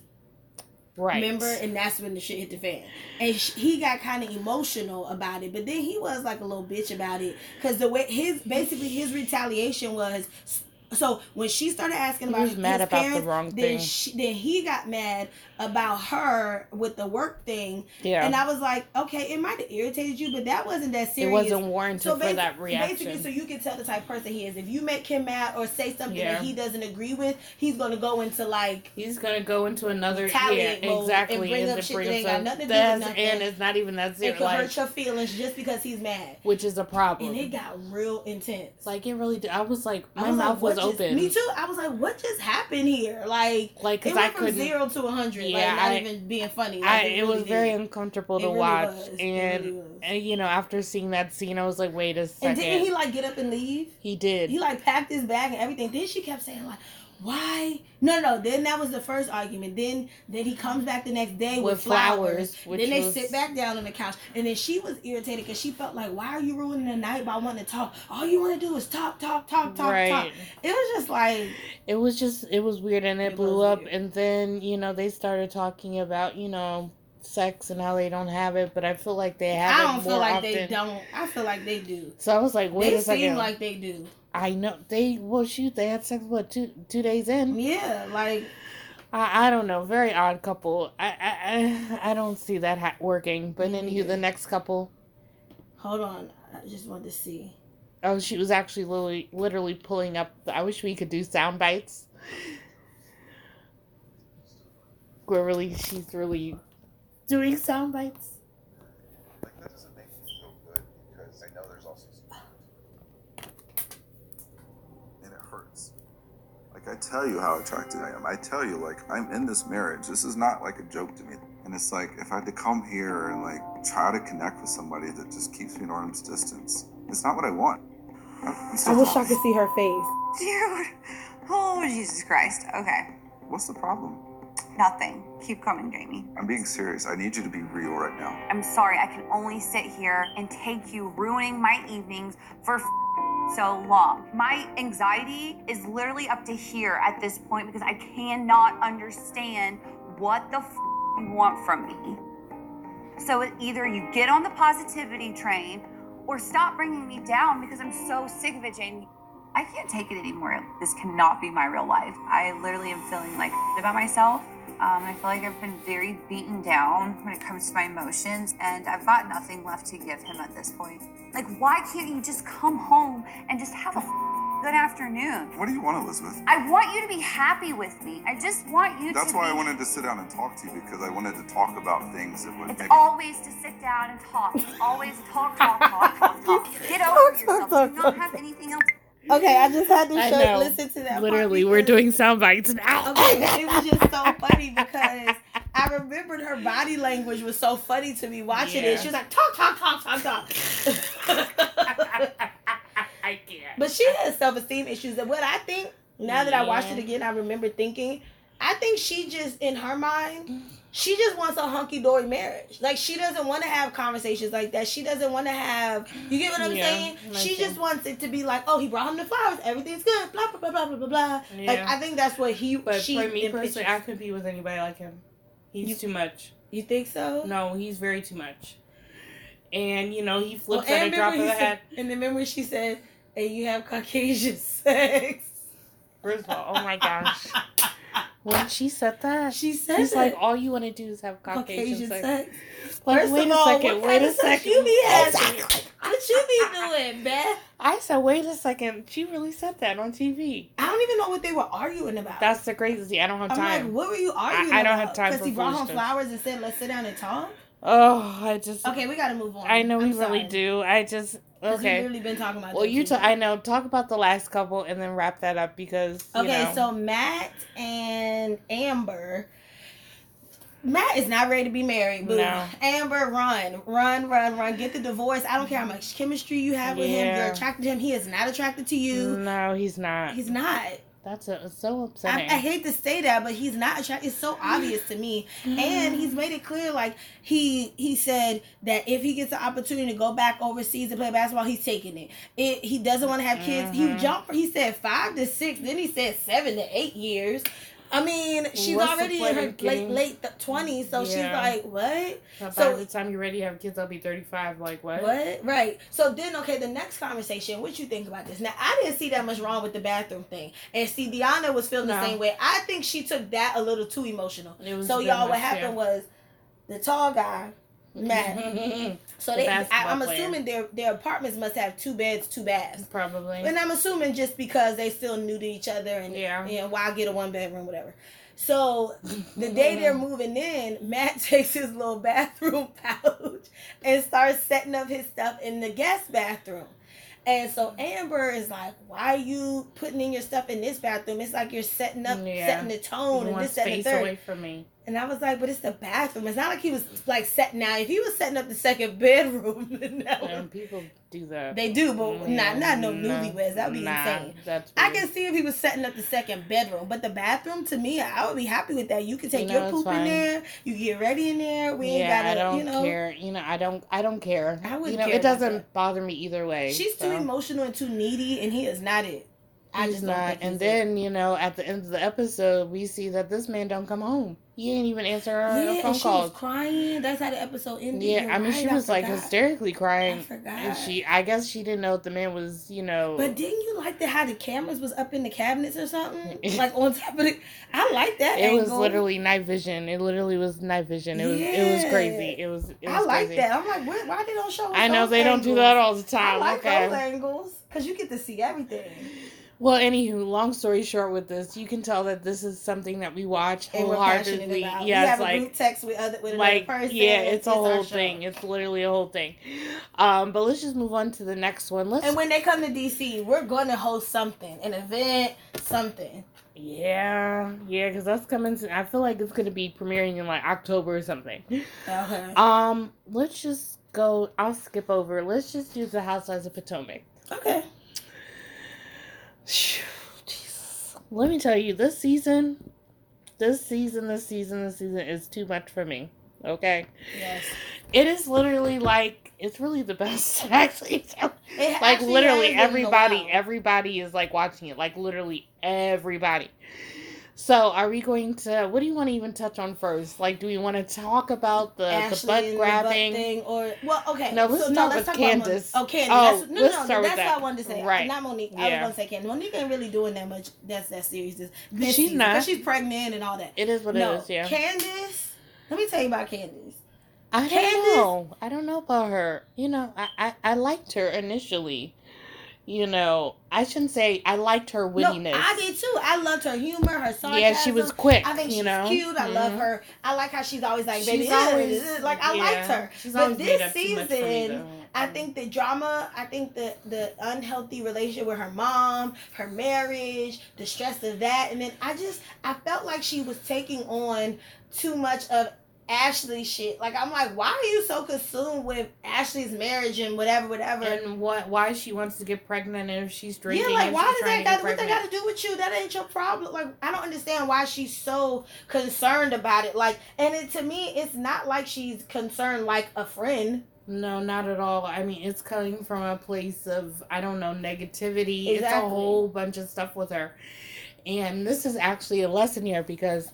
Speaker 2: Right.
Speaker 1: Remember, and that's when the shit hit the fan, and sh- he got kind of emotional about it. But then he was like a little bitch about it, because the way his basically his retaliation was. So when she started asking
Speaker 2: He
Speaker 1: about
Speaker 2: was
Speaker 1: his
Speaker 2: mad about
Speaker 1: parents,
Speaker 2: the wrong
Speaker 1: then
Speaker 2: thing.
Speaker 1: she, then he got mad about her with the work thing,
Speaker 2: yeah.
Speaker 1: and I was like, okay, it might have irritated you, but that wasn't that serious.
Speaker 2: it wasn't warranted for
Speaker 1: basi-
Speaker 2: that
Speaker 1: Basically, so
Speaker 2: reaction.
Speaker 1: you can tell the type of person he is. If you make him mad or say something that
Speaker 3: Yeah.
Speaker 1: he doesn't agree with, he's gonna go into like
Speaker 2: He's gonna go into another yeah,
Speaker 1: Retaliate mode and
Speaker 2: exactly,
Speaker 1: bring up
Speaker 2: then
Speaker 1: shit that ain't got
Speaker 2: up-
Speaker 1: nothing to do with
Speaker 2: that's-
Speaker 1: nothing.
Speaker 2: and it's not even that
Speaker 1: it
Speaker 2: serious,
Speaker 1: could
Speaker 2: like,
Speaker 1: hurt your feelings just because he's mad.
Speaker 2: which is a
Speaker 1: and
Speaker 2: problem.
Speaker 1: it got real intense.
Speaker 2: It's like it really. Did. I was like,
Speaker 1: I
Speaker 2: my
Speaker 1: was like,
Speaker 2: mouth
Speaker 1: what
Speaker 2: was
Speaker 1: just-
Speaker 2: open.
Speaker 1: Me too. I was like, what just happened here? Like,
Speaker 2: Like,
Speaker 1: it
Speaker 2: cause
Speaker 1: went
Speaker 2: I
Speaker 1: from
Speaker 2: couldn't.
Speaker 1: zero to a hundred.
Speaker 2: Yeah,
Speaker 1: like, not
Speaker 2: I-
Speaker 1: even being funny. Like,
Speaker 2: I,
Speaker 1: it,
Speaker 2: it,
Speaker 1: really
Speaker 2: was very
Speaker 1: did.
Speaker 2: uncomfortable
Speaker 1: It
Speaker 2: to
Speaker 1: really
Speaker 2: watch,
Speaker 1: was. It
Speaker 2: and,
Speaker 1: really was.
Speaker 2: and you know, after seeing that scene, I was like, wait a second.
Speaker 1: and didn't he like get up and leave?
Speaker 2: He did.
Speaker 1: He like packed his bag and everything. Then she kept saying like, why? No, no. Then that was the first argument. Then then he comes back the next day with,
Speaker 2: With flowers, which
Speaker 1: then they
Speaker 2: was-
Speaker 1: sit back down on the couch, and then she was irritated because she felt like, why are you ruining the night by wanting to talk? All you want to do is talk, talk, talk, talk, talk.
Speaker 2: right.
Speaker 1: It was just like
Speaker 2: It was just it was weird and it,
Speaker 1: It
Speaker 2: blew
Speaker 1: was
Speaker 2: up
Speaker 1: weird.
Speaker 2: and then, you know, they started talking about, you know, sex and how they don't have it, but I feel like they have
Speaker 1: I
Speaker 2: it
Speaker 1: don't
Speaker 2: more
Speaker 1: feel like
Speaker 2: often.
Speaker 1: they don't. I feel like they do.
Speaker 2: So I was like, wait
Speaker 1: they
Speaker 2: a
Speaker 1: seem
Speaker 2: second.
Speaker 1: like they do.
Speaker 2: I know they well shoot, they had sex what two two days in.
Speaker 1: Yeah, like
Speaker 2: I, I don't know, very odd couple. I I I, I don't see that ha- working. But
Speaker 1: Me
Speaker 2: then
Speaker 1: neither.
Speaker 2: the next couple,
Speaker 1: hold on. I just want to see.
Speaker 2: oh, she was actually literally literally pulling up. I wish we could do sound bites. We're really she's really doing sound bites.
Speaker 4: Like that doesn't make me feel good because I know there's also and it hurts. Like I tell you how attracted I am. I tell you like I'm in this marriage. This is not like a joke to me. And it's like if I had to come here and like try to connect with somebody that just keeps me at arm's distance, it's not what I want. I'm, I'm still fine.
Speaker 1: see her face.
Speaker 5: Dude. Oh, Jesus Christ. Okay.
Speaker 4: What's the problem?
Speaker 5: Nothing. Keep coming, Jamie.
Speaker 4: I'm being serious. I need you to be real right now.
Speaker 5: I'm sorry. I can only sit here and take you ruining my evenings for f- so long. My anxiety is literally up to here at this point because I cannot understand what the f- you want from me. So it- either you get on the positivity train or stop bringing me down because I'm so sick of it, Jane. I can't take it anymore. This cannot be my real life. I literally am feeling like about myself. Um, I feel like I've been very beaten down when it comes to my emotions, and I've got nothing left to give him at this point. Like, why can't you just come home and just have a f- good afternoon?
Speaker 4: What do you want, Elizabeth?
Speaker 5: I want you to be happy with me. I just want you
Speaker 4: That's
Speaker 5: to
Speaker 4: why
Speaker 5: be
Speaker 4: I wanted to sit down and talk to you because I wanted to talk about things that would
Speaker 5: It's
Speaker 4: make
Speaker 5: always to sit down and talk. It's always talk, talk, talk, talk, talk. Get over yourself. You don't have anything else.
Speaker 1: Okay, I just had to
Speaker 2: I
Speaker 1: show,
Speaker 2: know.
Speaker 1: listen to that. part
Speaker 2: Literally, we're
Speaker 1: because-
Speaker 2: doing sound bites now.
Speaker 1: Okay, it was just so funny because I remembered her body language was so funny to me watching
Speaker 2: Yeah.
Speaker 1: it. She was like, talk, talk, talk, talk, talk.
Speaker 2: I can't.
Speaker 1: but she has self esteem issues. And what I think, now that I watched it again, I remember thinking, I think she just, in her
Speaker 6: Mm-hmm.
Speaker 1: mind, she just wants a hunky dory marriage. Like, she doesn't want to have conversations like that. She doesn't want to have, you get what I'm
Speaker 2: Yeah,
Speaker 1: saying?
Speaker 2: I
Speaker 1: She
Speaker 2: see.
Speaker 1: just wants it to be like, oh, he brought him the flowers. Everything's good. Blah, blah, blah, blah, blah, blah, blah. Like,
Speaker 2: Yeah.
Speaker 1: I think that's what he,
Speaker 6: But
Speaker 1: she,
Speaker 6: for me
Speaker 1: envisions.
Speaker 6: personally, I couldn't be with anybody like him. He's
Speaker 1: You-
Speaker 6: too much.
Speaker 1: You think so?
Speaker 6: No, he's very too much. And you know, he
Speaker 1: Well,
Speaker 6: flips at a
Speaker 1: and,
Speaker 6: drop
Speaker 1: remember
Speaker 6: of the
Speaker 1: he said,
Speaker 6: hat.
Speaker 1: and remember she said, and you have Caucasian sex.
Speaker 2: First of all, oh my gosh. When she said that,
Speaker 1: She said
Speaker 2: she's
Speaker 1: that.
Speaker 2: like, all you want to do is have Caucasian,
Speaker 1: Caucasian
Speaker 2: sex.
Speaker 1: sex.
Speaker 2: Like,
Speaker 1: First
Speaker 2: wait
Speaker 1: of
Speaker 2: a
Speaker 1: all,
Speaker 2: second,
Speaker 1: what
Speaker 2: wait
Speaker 1: kind
Speaker 2: a
Speaker 1: of sex
Speaker 2: second.
Speaker 1: you be having?
Speaker 2: Exactly.
Speaker 1: What you be doing, Beth?
Speaker 2: I said, wait a second. She really said that on TV.
Speaker 1: I don't even know what they were arguing about.
Speaker 2: That's the craziest. I don't have
Speaker 1: I'm
Speaker 2: time.
Speaker 1: like, what were you arguing?
Speaker 2: I- I don't have
Speaker 1: about?
Speaker 2: time
Speaker 1: Because he
Speaker 2: for
Speaker 1: brought home
Speaker 2: foolishness.
Speaker 1: flowers and said, "Let's sit down and talk."
Speaker 2: oh, I just.
Speaker 1: Okay, we gotta move on.
Speaker 2: I know we
Speaker 1: I'm
Speaker 2: really
Speaker 1: sorry.
Speaker 2: do. I just.
Speaker 1: 'Cause
Speaker 2: Okay.
Speaker 1: We've literally been talking about.
Speaker 2: well,
Speaker 1: that
Speaker 2: you.
Speaker 1: too
Speaker 2: T-
Speaker 1: much.
Speaker 2: I know. Talk about the last couple and then wrap that up because. You
Speaker 1: Okay,
Speaker 2: know.
Speaker 1: so Matt and Amber. Matt is not ready to be married, boo.
Speaker 2: No.
Speaker 1: Amber, run, run, run, run. Get the divorce. I don't care how much chemistry you have with him.
Speaker 2: Yeah. Mm.
Speaker 1: You're attracted to him. He is not attracted to you.
Speaker 2: No, he's not.
Speaker 1: He's not.
Speaker 2: That's a, so
Speaker 1: I,
Speaker 2: upsetting.
Speaker 1: I hate to say that, but he's not attracted. It's so obvious to me, and
Speaker 2: Mm.
Speaker 1: he's made it clear. Like he he said that if he gets the opportunity to go back overseas and play basketball, he's taking it. It he doesn't want to have kids. He
Speaker 2: Mhm.
Speaker 1: jumped. He said five to six. Then he said seven to eight years. I mean, she's
Speaker 2: What's the
Speaker 1: already in
Speaker 2: point
Speaker 1: her
Speaker 2: of
Speaker 1: late
Speaker 2: getting-
Speaker 1: late twenties, so
Speaker 2: Yeah.
Speaker 1: she's like, what?
Speaker 6: By
Speaker 1: so-
Speaker 6: the time you're ready to have kids, I'll be 35. Like what?
Speaker 1: What? Right. So then, okay, the next conversation. What you think about this? Now, I didn't see that much wrong with the bathroom thing, and see, Deanna was feeling the
Speaker 2: No.
Speaker 1: same way. I think she took that a little too emotional.
Speaker 6: It was
Speaker 1: So
Speaker 6: too
Speaker 1: y'all, what
Speaker 6: much,
Speaker 1: happened
Speaker 6: yeah.
Speaker 1: was the tall guy, Matt. so
Speaker 2: Mm-hmm. The
Speaker 1: they, I,
Speaker 2: basketball
Speaker 1: I'm
Speaker 2: player.
Speaker 1: assuming their their apartments must have two beds, two baths,
Speaker 6: Probably.
Speaker 1: and I'm assuming just because they still new to each other, and
Speaker 6: Yeah.
Speaker 1: and why get a one bedroom, whatever. So the day they're moving in, Matt takes his little bathroom pouch and starts setting up his stuff in the guest bathroom. And so Amber is like, "Why are you putting in your stuff in this bathroom? It's like you're setting up,
Speaker 2: Yeah.
Speaker 1: setting the tone, and
Speaker 2: one
Speaker 1: this, that, and the
Speaker 2: space
Speaker 1: third.
Speaker 2: away from me.
Speaker 1: And I was like, "But it's the bathroom. It's not like he was like setting out. If he was setting up the second bedroom, then that
Speaker 2: And
Speaker 1: would,
Speaker 2: people do that. Mm-hmm.
Speaker 1: they do, but not not no newlyweds. That would be
Speaker 2: nah,
Speaker 1: insane."
Speaker 2: That's
Speaker 1: I
Speaker 2: weird.
Speaker 1: can see if he was setting up the second bedroom, but the bathroom to me, I would be happy with that. You can take
Speaker 2: No,
Speaker 1: your
Speaker 2: it's
Speaker 1: poop in
Speaker 2: fine.
Speaker 1: there, you get ready in there. We ain't
Speaker 2: yeah,
Speaker 1: gotta,
Speaker 2: I don't
Speaker 1: you know.
Speaker 2: care. You know, I don't. I don't care.
Speaker 1: I wouldn't
Speaker 2: You know,
Speaker 1: care
Speaker 2: it
Speaker 1: about
Speaker 2: doesn't
Speaker 1: that.
Speaker 2: bother me either way.
Speaker 1: She's
Speaker 2: so.
Speaker 1: too emotional and too needy, and he is not it. I
Speaker 2: He's
Speaker 1: just don't
Speaker 2: not.
Speaker 1: think
Speaker 2: And
Speaker 1: he's it.
Speaker 2: then you know, at the end of the episode, we see that this man don't come home. He ain't even answer her
Speaker 1: yeah,
Speaker 2: uh, phone
Speaker 1: and she was
Speaker 2: calls.
Speaker 1: crying. That's how the episode ended.
Speaker 2: Yeah,
Speaker 1: You're
Speaker 2: I mean, she
Speaker 1: right, I
Speaker 2: was like
Speaker 1: forgot.
Speaker 2: hysterically
Speaker 1: I
Speaker 2: crying,
Speaker 1: forgot.
Speaker 2: and she. I guess she didn't know if the man was, you know.
Speaker 1: But didn't you like the how the cameras was up in the cabinets or something? like on top of the I like that.
Speaker 2: it was
Speaker 1: angle.
Speaker 2: literally night vision. It literally was night vision. It was. It was
Speaker 1: Yeah.
Speaker 2: crazy. It was. It was
Speaker 1: I like
Speaker 2: crazy.
Speaker 1: that. I'm like, what, why they don't show? us
Speaker 2: I know
Speaker 1: those
Speaker 2: they don't do
Speaker 1: angles?
Speaker 2: that all the
Speaker 1: I
Speaker 2: time.
Speaker 1: like
Speaker 2: okay.
Speaker 1: those angles because you get to see everything.
Speaker 2: Well, anywho, long story short, with this, you can tell that this is something that we watch
Speaker 1: And we're passionate
Speaker 2: wholeheartedly.
Speaker 1: about. we
Speaker 2: Yeah,
Speaker 1: have
Speaker 2: it's
Speaker 1: a
Speaker 2: like
Speaker 1: group text with other with
Speaker 2: like
Speaker 1: another person.
Speaker 2: yeah, it's a
Speaker 1: our
Speaker 2: whole
Speaker 1: show.
Speaker 2: thing. It's literally a whole thing. Um, but let's just move on to the next one. Let's
Speaker 1: And when they come to DC, we're going to host something, an event, something.
Speaker 2: yeah, yeah, because that's coming. To, I feel like it's gonna be premiering in like October or something.
Speaker 1: Okay.
Speaker 2: Um, let's just go. I'll skip over. Let's just do the Housewives of Potomac.
Speaker 1: Okay.
Speaker 2: Phew, Jesus. Let me tell you, this season, this season, this season, this season is too much for me. Okay.
Speaker 1: Yes.
Speaker 2: It is literally like it's really the best actually.
Speaker 1: It
Speaker 2: like
Speaker 1: actually
Speaker 2: literally
Speaker 1: has been
Speaker 2: everybody
Speaker 1: allowed.
Speaker 2: everybody is like watching it like literally everybody so are we going to what do you want to even touch on first like do we want to talk about the, the
Speaker 1: Ashley
Speaker 2: butt
Speaker 1: and the
Speaker 2: grabbing
Speaker 1: thing or well okay
Speaker 2: No, let's
Speaker 1: so,
Speaker 2: start
Speaker 1: no,
Speaker 2: with
Speaker 1: let's talk about Mon-
Speaker 2: Candace.
Speaker 1: oh Candace
Speaker 2: Oh,
Speaker 1: that's, no
Speaker 2: let's
Speaker 1: no
Speaker 2: start with
Speaker 1: that's
Speaker 2: that.
Speaker 1: what I wanted to say
Speaker 2: Right.
Speaker 1: not Monique I was
Speaker 2: Yeah.
Speaker 1: gonna say Candace Monique ain't really doing that much that's that serious this, this
Speaker 2: She's
Speaker 1: season, 'cause
Speaker 2: not.
Speaker 1: she's pregnant and all that
Speaker 2: it is what
Speaker 1: no
Speaker 2: it is yeah
Speaker 1: Candace let me tell you about Candace
Speaker 2: i don't
Speaker 1: Candace-
Speaker 2: know i don't know about her you know I, I i liked her initially you know i shouldn't say i liked her wittiness
Speaker 1: no I did too I loved her humor her sarcasm
Speaker 2: yeah she was quick
Speaker 1: I think
Speaker 2: you
Speaker 1: she's
Speaker 2: know
Speaker 1: cute. I love
Speaker 2: Mhm.
Speaker 1: her. I like how she's always like,
Speaker 2: She's
Speaker 1: baby, eh,
Speaker 2: always-
Speaker 1: eh, like I liked
Speaker 2: yeah.
Speaker 1: her.
Speaker 2: She's
Speaker 1: But
Speaker 2: always made
Speaker 1: this
Speaker 2: up too much for me,
Speaker 1: season,
Speaker 2: though.
Speaker 1: I think the drama, I think the the unhealthy relationship with her mom, her marriage, the stress of that, and then I just I felt like she was taking on too much of Ashley shit. Like I'm like, why are you so consumed with Ashley's marriage and whatever, whatever?
Speaker 2: and what why she wants to get pregnant and if she's drinking
Speaker 1: yeah, like
Speaker 2: and
Speaker 1: why
Speaker 2: she's
Speaker 1: does
Speaker 2: trying
Speaker 1: that
Speaker 2: to
Speaker 1: got
Speaker 2: get
Speaker 1: what that got
Speaker 2: pregnant.
Speaker 1: to do with you? That ain't your problem. Like I don't understand why she's so concerned about it. Like, and it, to me, it's not like she's concerned like a friend.
Speaker 2: No, not at all. I mean, it's coming from a place of, I don't know, negativity. It's a
Speaker 1: Exactly.
Speaker 2: whole bunch of stuff with her. And this is actually a lesson here because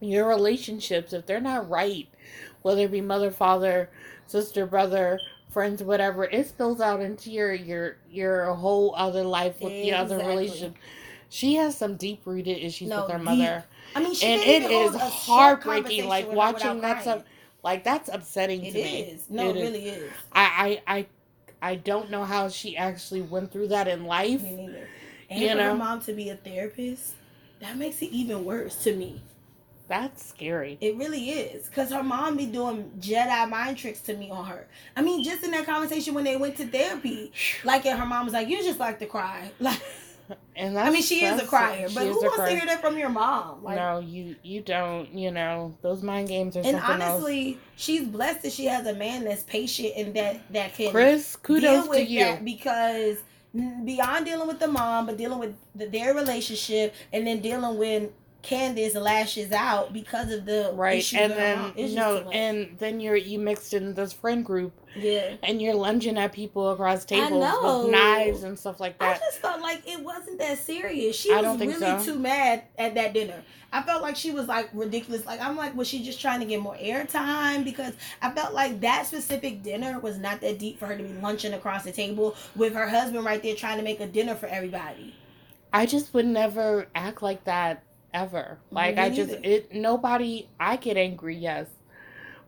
Speaker 2: your relationships, if they're not right, whether it be mother, father, sister, brother, friends, whatever, it spills out into your your your whole other life with the other
Speaker 1: Exactly.
Speaker 2: relationship. She has some deep rooted issues
Speaker 1: No,
Speaker 2: with her
Speaker 1: deep.
Speaker 2: mother.
Speaker 1: I mean, she
Speaker 2: and
Speaker 1: can't
Speaker 2: it
Speaker 1: even
Speaker 2: is
Speaker 1: hold a short
Speaker 2: heartbreaking.
Speaker 1: conversation
Speaker 2: Like
Speaker 1: with her
Speaker 2: watching
Speaker 1: without
Speaker 2: that's
Speaker 1: crying.
Speaker 2: up, like that's upsetting
Speaker 1: It
Speaker 2: to me.
Speaker 1: is. No, it
Speaker 2: It is.
Speaker 1: really is.
Speaker 2: I, I I I don't know how she actually went through that in life.
Speaker 1: Me neither. And
Speaker 2: You
Speaker 1: for
Speaker 2: know?
Speaker 1: her mom to be a therapist, that makes it even worse to me.
Speaker 2: That's scary.
Speaker 1: It really is. Cause her mom be doing Jedi mind tricks to me on her. I mean, just in that conversation when they went to therapy, like and her mom was like, You just like to cry. Like
Speaker 2: And
Speaker 1: I
Speaker 2: that's,
Speaker 1: mean she is a
Speaker 2: that's-
Speaker 1: crier,
Speaker 2: she
Speaker 1: but
Speaker 2: is
Speaker 1: who
Speaker 2: a
Speaker 1: wants to
Speaker 2: crier.
Speaker 1: hear that from your mom? Like
Speaker 2: no, you you don't. You know those mind games are
Speaker 1: and
Speaker 2: something else.
Speaker 1: honestly, she's blessed that she has a man that's patient and that that can
Speaker 2: Chris,
Speaker 1: deal
Speaker 2: kudos
Speaker 1: with
Speaker 2: to you.
Speaker 1: that because n- beyond dealing with the mom, but dealing with the, their relationship, and then dealing when Candace lashes out because of the
Speaker 2: Right,
Speaker 1: issues
Speaker 2: and
Speaker 1: with her mom.
Speaker 2: then
Speaker 1: It's just too
Speaker 2: no,
Speaker 1: much.
Speaker 2: and then you're you mixed in this friend group,
Speaker 1: yeah.
Speaker 2: and you're lunging at people across tables
Speaker 1: know.
Speaker 2: with knives and stuff like
Speaker 1: I
Speaker 2: that.
Speaker 1: just felt like it wasn't that serious. She
Speaker 2: I
Speaker 1: was
Speaker 2: don't think
Speaker 1: really
Speaker 2: so.
Speaker 1: too mad at that dinner. I felt like she was like ridiculous. Like I'm like, was she just trying to get more airtime? Because I felt like that specific dinner was not that deep for her to be lunching across the table with her husband right there trying to make a dinner for everybody.
Speaker 2: I just would never act like that ever. Like
Speaker 1: Me
Speaker 2: I just
Speaker 1: neither.
Speaker 2: it nobody I get angry, yes.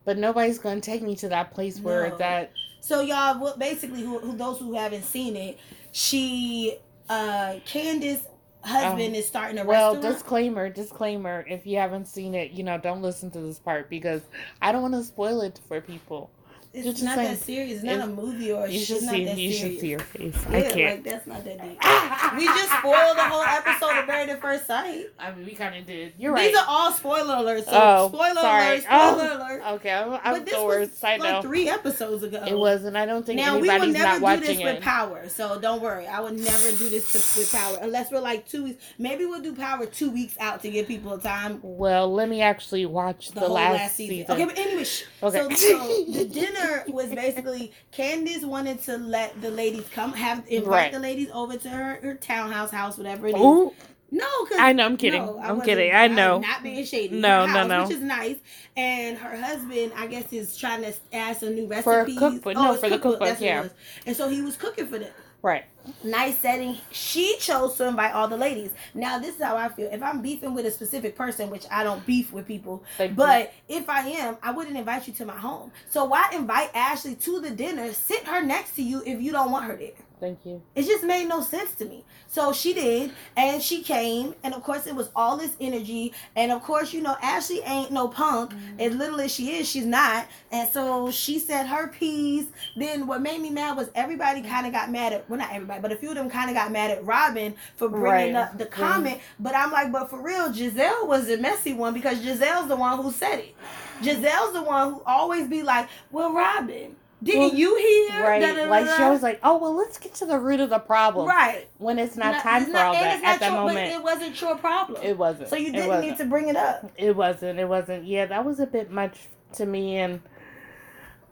Speaker 2: But nobody's gonna take me to that place where
Speaker 1: No.
Speaker 2: that
Speaker 1: So y'all, what basically who, who those who haven't seen it, she uh Candace husband is starting a
Speaker 2: Um, well
Speaker 1: restaurant.
Speaker 2: disclaimer, disclaimer, if you haven't seen it, you know, don't listen to this part because I don't wanna spoil it for people.
Speaker 1: it's
Speaker 2: just
Speaker 1: not
Speaker 2: saying,
Speaker 1: that serious. It's not a
Speaker 2: it's-
Speaker 1: movie or
Speaker 2: You
Speaker 1: it's
Speaker 2: should
Speaker 1: not
Speaker 2: see
Speaker 1: that
Speaker 2: you
Speaker 1: serious.
Speaker 2: should see your face.
Speaker 1: yeah,
Speaker 2: I can't.
Speaker 1: like that's not that deep. we just spoiled the whole episode of Married at First Sight.
Speaker 2: I mean we kinda did. You're right.
Speaker 1: These are all spoiler alerts. So
Speaker 2: Oh,
Speaker 1: spoiler
Speaker 2: sorry.
Speaker 1: alert, spoiler
Speaker 2: Oh,
Speaker 1: alert.
Speaker 2: okay, I'm,
Speaker 1: but
Speaker 2: I'm
Speaker 1: this
Speaker 2: the
Speaker 1: was
Speaker 2: worst. I know.
Speaker 1: like three episodes ago.
Speaker 2: It was, and I don't think
Speaker 1: Now we
Speaker 2: anybody's
Speaker 1: will never
Speaker 2: not
Speaker 1: do this
Speaker 2: watching
Speaker 1: with
Speaker 2: it.
Speaker 1: power, so don't worry. I would never do this to, with power unless we're like two weeks. Maybe we'll do power two weeks out to give people time.
Speaker 2: Well, let me actually watch
Speaker 1: The,
Speaker 2: the,
Speaker 1: whole
Speaker 2: last,
Speaker 1: last, season. Okay, but anyway, shh. So,
Speaker 2: Okay.
Speaker 1: so the dinner was basically Candace wanted to let the ladies come, have invite
Speaker 2: Right.
Speaker 1: the ladies over to her, her townhouse house, whatever it is.
Speaker 2: Ooh,
Speaker 1: No, because
Speaker 2: I know. I'm kidding.
Speaker 1: no, I
Speaker 2: I'm
Speaker 1: wasn't-
Speaker 2: kidding. I
Speaker 1: was
Speaker 2: know.
Speaker 1: Not being shady.
Speaker 2: No,
Speaker 1: Her
Speaker 2: no,
Speaker 1: house,
Speaker 2: no.
Speaker 1: Which is nice. And her husband, I guess, is trying to add some new recipes. Oh,
Speaker 2: For a cookbook. No,
Speaker 1: it's
Speaker 2: for the cookbook,
Speaker 1: That's what it
Speaker 2: yeah.
Speaker 1: was. And so he was cooking for them.
Speaker 2: Right.
Speaker 1: Nice setting. She chose to invite all the ladies. Now, this is how I feel. If I'm beefing with a specific person, which I don't beef with people,
Speaker 2: They-
Speaker 1: but if I am, I wouldn't invite you to my home. So why invite Ashley to the dinner? Sit her next to you if you don't want her there.
Speaker 2: thank you.
Speaker 1: It just made no sense to me. So she did, and she came, and of course it was all this energy, and of course you know Ashley ain't no punk.
Speaker 2: Mm-hmm.
Speaker 1: As little as she is, she's not, and so she said her piece. Then what made me mad was everybody kind of got mad at well not everybody, but a few of them kind of got mad at Robin for bringing
Speaker 2: Right.
Speaker 1: up the
Speaker 2: Mhm.
Speaker 1: comment. But I'm like, but for real, Giselle was the messy one because Giselle's the one who said it. Giselle's the one who always be like, well, Robin. Didn't
Speaker 2: Well,
Speaker 1: you hear?
Speaker 2: Right.
Speaker 1: Da, da, da,
Speaker 2: Like she
Speaker 1: da.
Speaker 2: was like, oh well, let's get to the root of the problem.
Speaker 1: right
Speaker 2: When it's not,
Speaker 1: not-
Speaker 2: time
Speaker 1: it's
Speaker 2: for
Speaker 1: not-
Speaker 2: all
Speaker 1: and
Speaker 2: that
Speaker 1: it's
Speaker 2: at
Speaker 1: not
Speaker 2: that
Speaker 1: your- but
Speaker 2: moment.
Speaker 1: it wasn't your problem.
Speaker 2: It, wasn't.
Speaker 1: so you
Speaker 2: It
Speaker 1: didn't
Speaker 2: wasn't.
Speaker 1: need to bring it up.
Speaker 2: It wasn't. It wasn't. Yeah, that was a bit much to me, and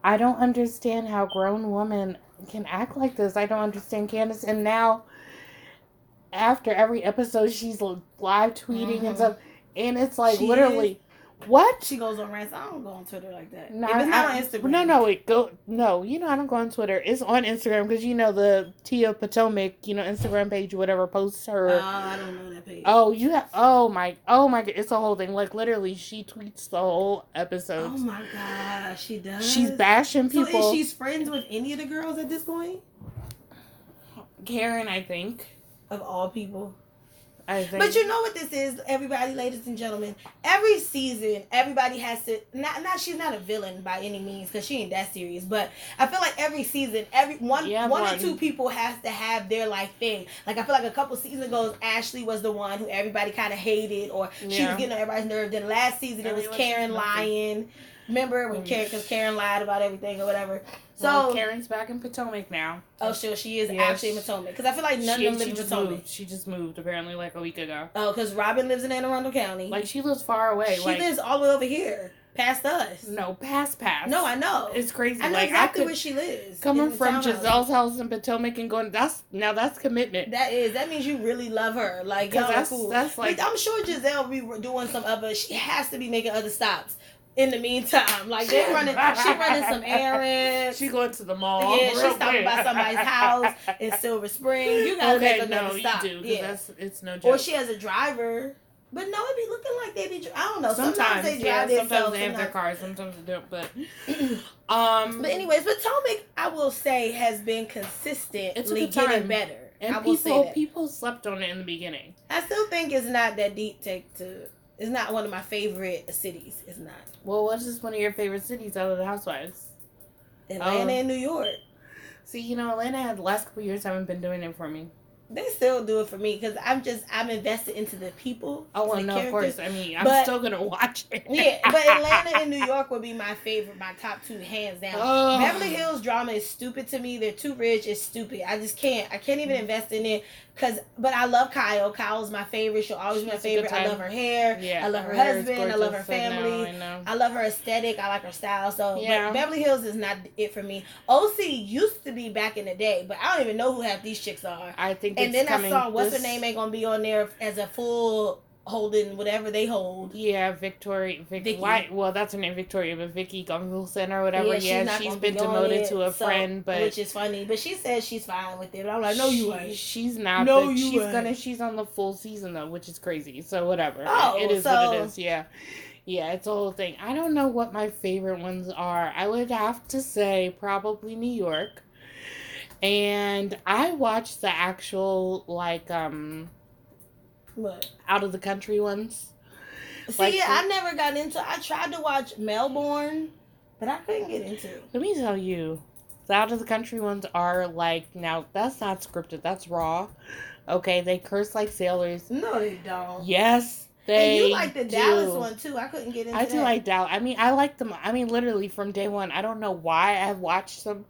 Speaker 2: I don't understand how grown women can act like this. I don't understand Candace. And now, after every episode, she's l- live tweeting
Speaker 7: Mhm.
Speaker 2: and stuff. And it's like
Speaker 1: Mm-hmm. She
Speaker 2: literally, what?
Speaker 1: She goes on rants. I don't go on Twitter like that.
Speaker 2: No,
Speaker 1: if it's
Speaker 2: I-
Speaker 1: not
Speaker 2: I-
Speaker 1: on Instagram.
Speaker 2: No, no, it go. No, you know I don't go on Twitter. It's on Instagram because you know the Tia Potomac, you know Instagram page, whatever, posts her.
Speaker 1: Oh, I don't know that page.
Speaker 2: oh, you have. Oh my. Oh my. g- It's a whole thing. Like literally, she tweets the whole
Speaker 1: Oh
Speaker 2: episode.
Speaker 1: my gosh, she does.
Speaker 2: She's bashing
Speaker 1: So
Speaker 2: people.
Speaker 1: is she's friends with any of the girls at this point?
Speaker 2: Karen, I think.
Speaker 1: Of all people.
Speaker 2: I think.
Speaker 1: But you know what this is, everybody, ladies and gentlemen. Every season, everybody has to. Not, not she's not a villain by any means because she ain't that serious. But I feel like every season, every one,
Speaker 2: Yeah,
Speaker 1: one or
Speaker 2: Martin.
Speaker 1: two people has to have their like thing. Like I feel like a couple seasons ago, Ashley was the one who everybody kind of hated, or she was
Speaker 2: Yeah.
Speaker 1: getting on everybody's nerve. Then last season, it was
Speaker 2: Everyone
Speaker 1: Karen
Speaker 2: she's nothing.
Speaker 1: lying. Remember
Speaker 2: Mm.
Speaker 1: when Karen, because Karen lied about everything or whatever. So
Speaker 2: Well, Karen's back in Potomac now.
Speaker 1: Oh, sure. She is
Speaker 2: Yeah,
Speaker 1: actually in
Speaker 2: she-
Speaker 1: Potomac. Because I feel like none
Speaker 2: she,
Speaker 1: of them live
Speaker 2: she
Speaker 1: in
Speaker 2: just
Speaker 1: Potomac.
Speaker 2: moved. She just moved apparently like a week ago.
Speaker 1: Oh, because Robin lives in Anne Arundel County.
Speaker 2: Like she lives far away.
Speaker 1: she
Speaker 2: like
Speaker 1: lives all the way over here, past us.
Speaker 2: no pass pass.
Speaker 1: No, I know.
Speaker 2: It's crazy.
Speaker 1: I know
Speaker 2: like
Speaker 1: exactly
Speaker 2: I
Speaker 1: where
Speaker 2: could
Speaker 1: she lives. in
Speaker 2: coming
Speaker 1: the
Speaker 2: from
Speaker 1: townhouse.
Speaker 2: Giselle's house in Potomac and going. That's now that's commitment.
Speaker 1: That is. That means you really love her. Like, y'all
Speaker 2: Because
Speaker 1: are
Speaker 2: that's
Speaker 1: cool.
Speaker 2: that's like
Speaker 1: But I'm sure Giselle be doing some other. She has to be making other stops in the meantime. Like they're running, she running some errands.
Speaker 2: she going to the mall.
Speaker 1: Yeah, she's
Speaker 2: real
Speaker 1: stopping by
Speaker 2: quick.
Speaker 1: somebody's house in Silver Spring. You gotta
Speaker 2: okay,
Speaker 1: make another
Speaker 2: no, you
Speaker 1: stop.
Speaker 2: do. 'cause
Speaker 1: yeah.
Speaker 2: that's it's no joke.
Speaker 1: Or she has a driver. But no, it be looking like they be. dri- I don't know. Sometimes,
Speaker 2: sometimes,
Speaker 1: they drive
Speaker 2: yeah,
Speaker 1: themselves.
Speaker 2: sometimes they have their
Speaker 1: sometimes-
Speaker 2: cars, sometimes they don't. But um,
Speaker 1: But anyways, Potomac, I will say, has been consistently
Speaker 2: good time.
Speaker 1: getting better.
Speaker 2: and
Speaker 1: I will
Speaker 2: people
Speaker 1: say that.
Speaker 2: people slept on it in the beginning.
Speaker 1: I still think it's not that deep take to. It's not one of my favorite cities. It's not
Speaker 2: Well, what's just one of your favorite cities out of the Housewives?
Speaker 1: Atlanta
Speaker 2: Um,
Speaker 1: and New York.
Speaker 2: See, you know, Atlanta had the last couple years haven't been doing it for me.
Speaker 1: They still do it for me because I'm just I'm invested into the people.
Speaker 2: Oh well,
Speaker 1: the
Speaker 2: no, of
Speaker 1: characters.
Speaker 2: course. I mean, I'm
Speaker 1: But-
Speaker 2: still gonna watch it.
Speaker 1: Yeah, but Atlanta and New York would be my favorite, my top two, hands down.
Speaker 2: Oh.
Speaker 1: Beverly Hills drama is stupid to me. They're too rich. It's stupid. I just can't. I can't
Speaker 2: Mm.
Speaker 1: even invest in it. Cause, but I love Kyle. Kyle's my favorite. She'll always be my
Speaker 2: She's a good
Speaker 1: favorite. I
Speaker 2: time.
Speaker 1: love her hair.
Speaker 2: Yeah,
Speaker 1: I love her,
Speaker 2: hair is
Speaker 1: husband. I love her
Speaker 2: gorgeous, so no,
Speaker 1: family.
Speaker 2: I know.
Speaker 1: I love her aesthetic. I like her style. So but
Speaker 2: Yeah.
Speaker 1: Beverly Hills is not it for me. OC used to be back in the day, but I don't even know who half these chicks are.
Speaker 2: I think.
Speaker 1: And
Speaker 2: it's
Speaker 1: then I
Speaker 2: coming
Speaker 1: saw what's
Speaker 2: this-
Speaker 1: her name ain't gonna be on there as a full holding whatever they hold.
Speaker 2: Yeah, Victoria. Vic,
Speaker 1: Vicky.
Speaker 2: Why, well, that's her name, Victoria, but Vicky Gunvalson or whatever. Yeah,
Speaker 1: not
Speaker 2: she's
Speaker 1: gonna
Speaker 2: been
Speaker 1: be on
Speaker 2: demoted
Speaker 1: it,
Speaker 2: to a
Speaker 1: so-
Speaker 2: friend, but
Speaker 1: which is funny. But she says she's fine with it. But I'm like, no, you
Speaker 2: she-
Speaker 1: ain't.
Speaker 2: She's not.
Speaker 1: No,
Speaker 2: but
Speaker 1: you
Speaker 2: she's
Speaker 1: ain't.
Speaker 2: gonna. She's on the full season though, which is crazy. So whatever.
Speaker 1: Oh,
Speaker 2: it is what
Speaker 1: so-
Speaker 2: it is. Yeah, yeah. It's a whole thing. I don't know what my favorite ones are. I would have to say probably New York. And I watched the actual like um
Speaker 1: But
Speaker 2: out of the country ones.
Speaker 1: see,
Speaker 2: Like-
Speaker 1: I never got into. I tried to watch Melbourne, but I couldn't get into. it.
Speaker 2: Let me tell you, the out of the country ones are like now that's not scripted. That's raw. Okay, they curse like sailors.
Speaker 1: No, they don't.
Speaker 2: Yes,
Speaker 1: and
Speaker 2: they.
Speaker 1: you like the
Speaker 2: do.
Speaker 1: Dallas one too. I couldn't get into.
Speaker 2: I do
Speaker 1: that.
Speaker 2: like Dallas. I mean, I like them. I mean, literally from day one. I don't know why I've watched them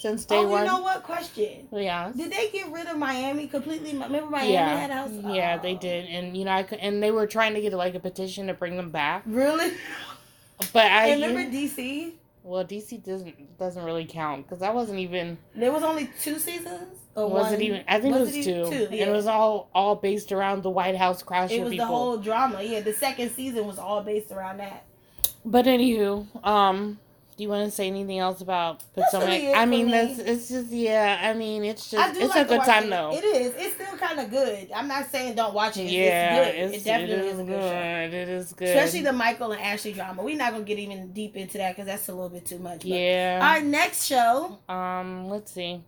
Speaker 2: since day
Speaker 1: Oh,
Speaker 2: one.
Speaker 1: you know what? Question:
Speaker 2: Yeah.
Speaker 1: Did they get rid of Miami completely? Remember Miami
Speaker 2: yeah. Mm,
Speaker 1: had us.
Speaker 2: Yeah,
Speaker 1: Oh.
Speaker 2: they did, and you know, I could, and they were trying to get like a petition to bring them back,
Speaker 1: Really?
Speaker 2: but I
Speaker 1: And remember DC?
Speaker 2: well, DC doesn't doesn't really count because that wasn't even
Speaker 1: There was only two seasons, or
Speaker 2: was
Speaker 1: one?
Speaker 2: it even? I think it was
Speaker 1: even
Speaker 2: two,
Speaker 1: yeah.
Speaker 2: and it was all all based around the White House crash
Speaker 1: It
Speaker 2: with
Speaker 1: was
Speaker 2: people.
Speaker 1: the whole drama. Yeah, the second season was all based around that.
Speaker 2: But anywho, um, do you want to say anything else about
Speaker 1: That's
Speaker 2: Potomac?
Speaker 1: really it
Speaker 2: I
Speaker 1: for
Speaker 2: mean,
Speaker 1: me.
Speaker 2: that's it's just yeah. I mean, it's
Speaker 1: I
Speaker 2: just
Speaker 1: do
Speaker 2: it's
Speaker 1: like to
Speaker 2: a good
Speaker 1: watch
Speaker 2: time
Speaker 1: it.
Speaker 2: though.
Speaker 1: It is. It's still kind of good. I'm not saying don't watch it. It's,
Speaker 2: yeah,
Speaker 1: it's good. it definitely
Speaker 2: it
Speaker 1: is
Speaker 2: is
Speaker 1: a
Speaker 2: good.
Speaker 1: good show.
Speaker 2: It is good.
Speaker 1: Especially the Michael and Ashley drama. We're not gonna get even deep into that because that's a little bit too much. but-
Speaker 2: yeah.
Speaker 1: Our next show.
Speaker 2: um, let's see.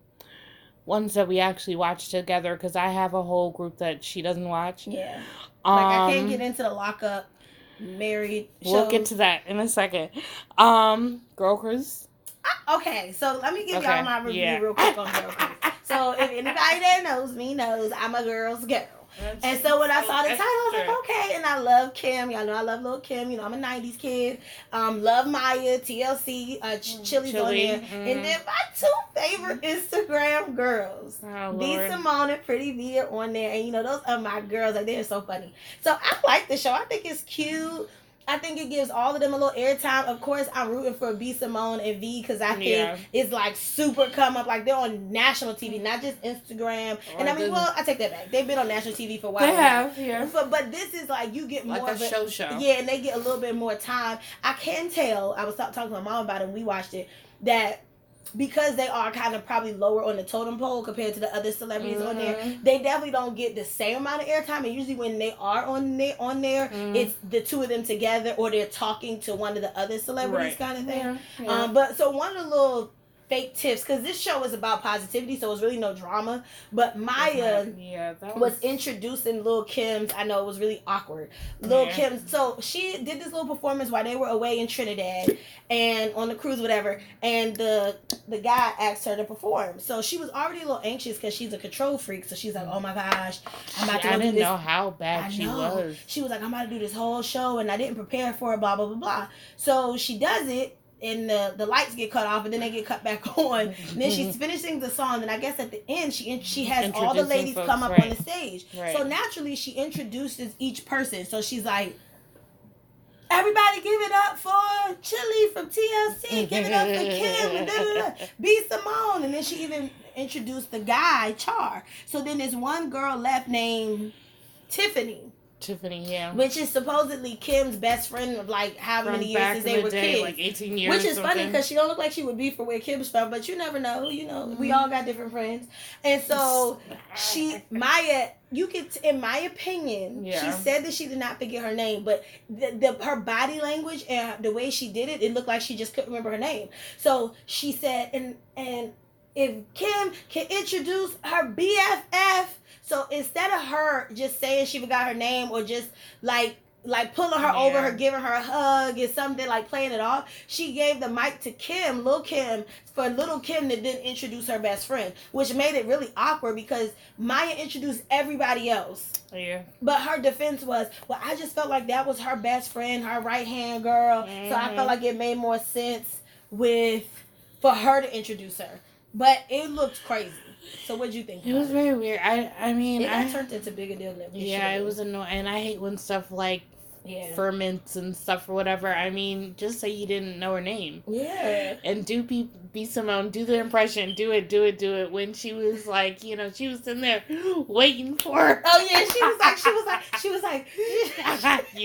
Speaker 2: Ones that we actually watch together because I have a whole group that she doesn't watch.
Speaker 1: Yeah.
Speaker 2: Um,
Speaker 1: Like I can't get into the lockup, married.
Speaker 2: We'll
Speaker 1: shows.
Speaker 2: get to that in a second. Um, Girl Cruise.
Speaker 1: Okay, so let me give
Speaker 2: Okay,
Speaker 1: y'all my review
Speaker 2: yeah.
Speaker 1: real quick on Girl Cruise. So if anybody that knows me knows I'm a girl's girl. And so when I saw the title, I was like, okay. And I love Kim. Y'all know I love little Kim. You know, I'm a 90s kid. Um, love Maya, TLC, uh, Ch- Chili's on
Speaker 2: Chili,
Speaker 1: there.
Speaker 2: mhm.
Speaker 1: And then my two favorite Instagram girls.
Speaker 2: Oh,
Speaker 1: Dee
Speaker 2: Lord.
Speaker 1: Simone and Pretty V are on there, and you know those are my girls. Like they're so funny. So I like the show. I think it's cute. I think it gives all of them a little airtime. Of course, I'm rooting for B Simone and V because I think
Speaker 8: Yeah.
Speaker 1: it's like super come up. Like they're on national TV,
Speaker 2: Mm-hmm.
Speaker 1: not just Instagram. and I
Speaker 2: Or
Speaker 1: mean,
Speaker 2: the-
Speaker 1: well, I take that back. They've been on national TV for a while.
Speaker 2: Oh They
Speaker 1: now.
Speaker 2: have, yeah.
Speaker 1: But, but this is like you get more
Speaker 2: Like a
Speaker 1: of a-
Speaker 2: show show.
Speaker 1: yeah, and they get a little bit more time. I can tell. I was talk- talking to my mom about it. and We watched it. That because they are kind of probably lower on the totem pole compared to the other celebrities on there, they definitely don't get the same amount of airtime. And usually when they are on there, on there,
Speaker 2: Mm-hmm.
Speaker 1: it's the two of them together or they're talking to one of the other celebrities,
Speaker 8: Right.
Speaker 1: kind of thing.
Speaker 2: Yeah.
Speaker 1: Um, but so one of the little fake tips because this show is about positivity, so it's really no drama. But Maya
Speaker 2: yeah, that
Speaker 1: was introducing Lil Kim's. I know it was really awkward. Lil
Speaker 8: Yeah.
Speaker 1: Kim's. So she did this little performance while they were away in Trinidad and on the cruise, whatever. And the the guy asked her to perform. So she was already a little anxious because she's a control freak. So she's like, "Oh my gosh, I'm about to
Speaker 2: I
Speaker 1: go do
Speaker 2: didn't
Speaker 1: this
Speaker 2: know how bad
Speaker 1: I
Speaker 2: she
Speaker 1: know.
Speaker 2: was.
Speaker 1: she was like, I'm about to do this whole show and I didn't prepare for it, blah, blah, blah, blah. So she does it and the, the lights get cut off and then they get cut back on. And then she's finishing the song and I guess at the end she she has all the
Speaker 2: Mm-hmm. Introducing
Speaker 1: ladies
Speaker 2: folks,
Speaker 1: come up on
Speaker 2: right.
Speaker 1: the stage.
Speaker 2: Right.
Speaker 1: So naturally she introduces each person. So she's like Everybody give it up for Chili from TLC. Give it up for Kim. da, da, da, da. B Simone. And then she even introduced the guy, Char. So then there's one girl left named Tiffany
Speaker 2: Tiffany, yeah.
Speaker 1: which is supposedly Kim's best friend of like how many years since they were kids.
Speaker 2: like 18 years.
Speaker 1: which
Speaker 2: or
Speaker 1: is funny
Speaker 2: something.
Speaker 1: because she don't look like she would be from where Kim's from, but you never know. You know, we
Speaker 2: Mm-hmm.
Speaker 1: all got different friends, and so she, Maya, you could, in my opinion, she
Speaker 2: Yeah.
Speaker 1: said that she did not forget her name, but the, the her body language and the way she did it, it looked like she just couldn't remember her name. So she said, and and if Kim can introduce her BFF. So instead of her just saying she forgot her name or just like like pulling her over
Speaker 2: Yeah.
Speaker 1: her, giving her a hug and something like playing it off, she gave the mic to Kim, Lil Kim, for Little Kim that didn't introduce her best friend, which made it really awkward because Maya introduced everybody else.
Speaker 2: yeah.
Speaker 1: But her defense was, well, I just felt like that was her best friend, her right hand girl. So I
Speaker 2: Mm-hmm.
Speaker 1: felt like it made more sense with for her to introduce her. But it looked crazy. So what'd you think?
Speaker 2: It was
Speaker 1: about
Speaker 2: very weird. I I
Speaker 1: it?
Speaker 2: mean,
Speaker 1: It got
Speaker 2: I,
Speaker 1: turned into bigger deal than
Speaker 2: yeah,
Speaker 1: should've
Speaker 2: it
Speaker 1: been.
Speaker 2: was annoying. And I hate when stuff like
Speaker 1: yeah.
Speaker 2: ferments and stuff or whatever. I mean, just say you didn't know her name.
Speaker 1: yeah.
Speaker 2: And do be, be Simone, do the impression, do it, do it, do it. When she was like, you know, she was in there waiting for her.
Speaker 1: Oh yeah, she was like, she was like, she was like,
Speaker 2: you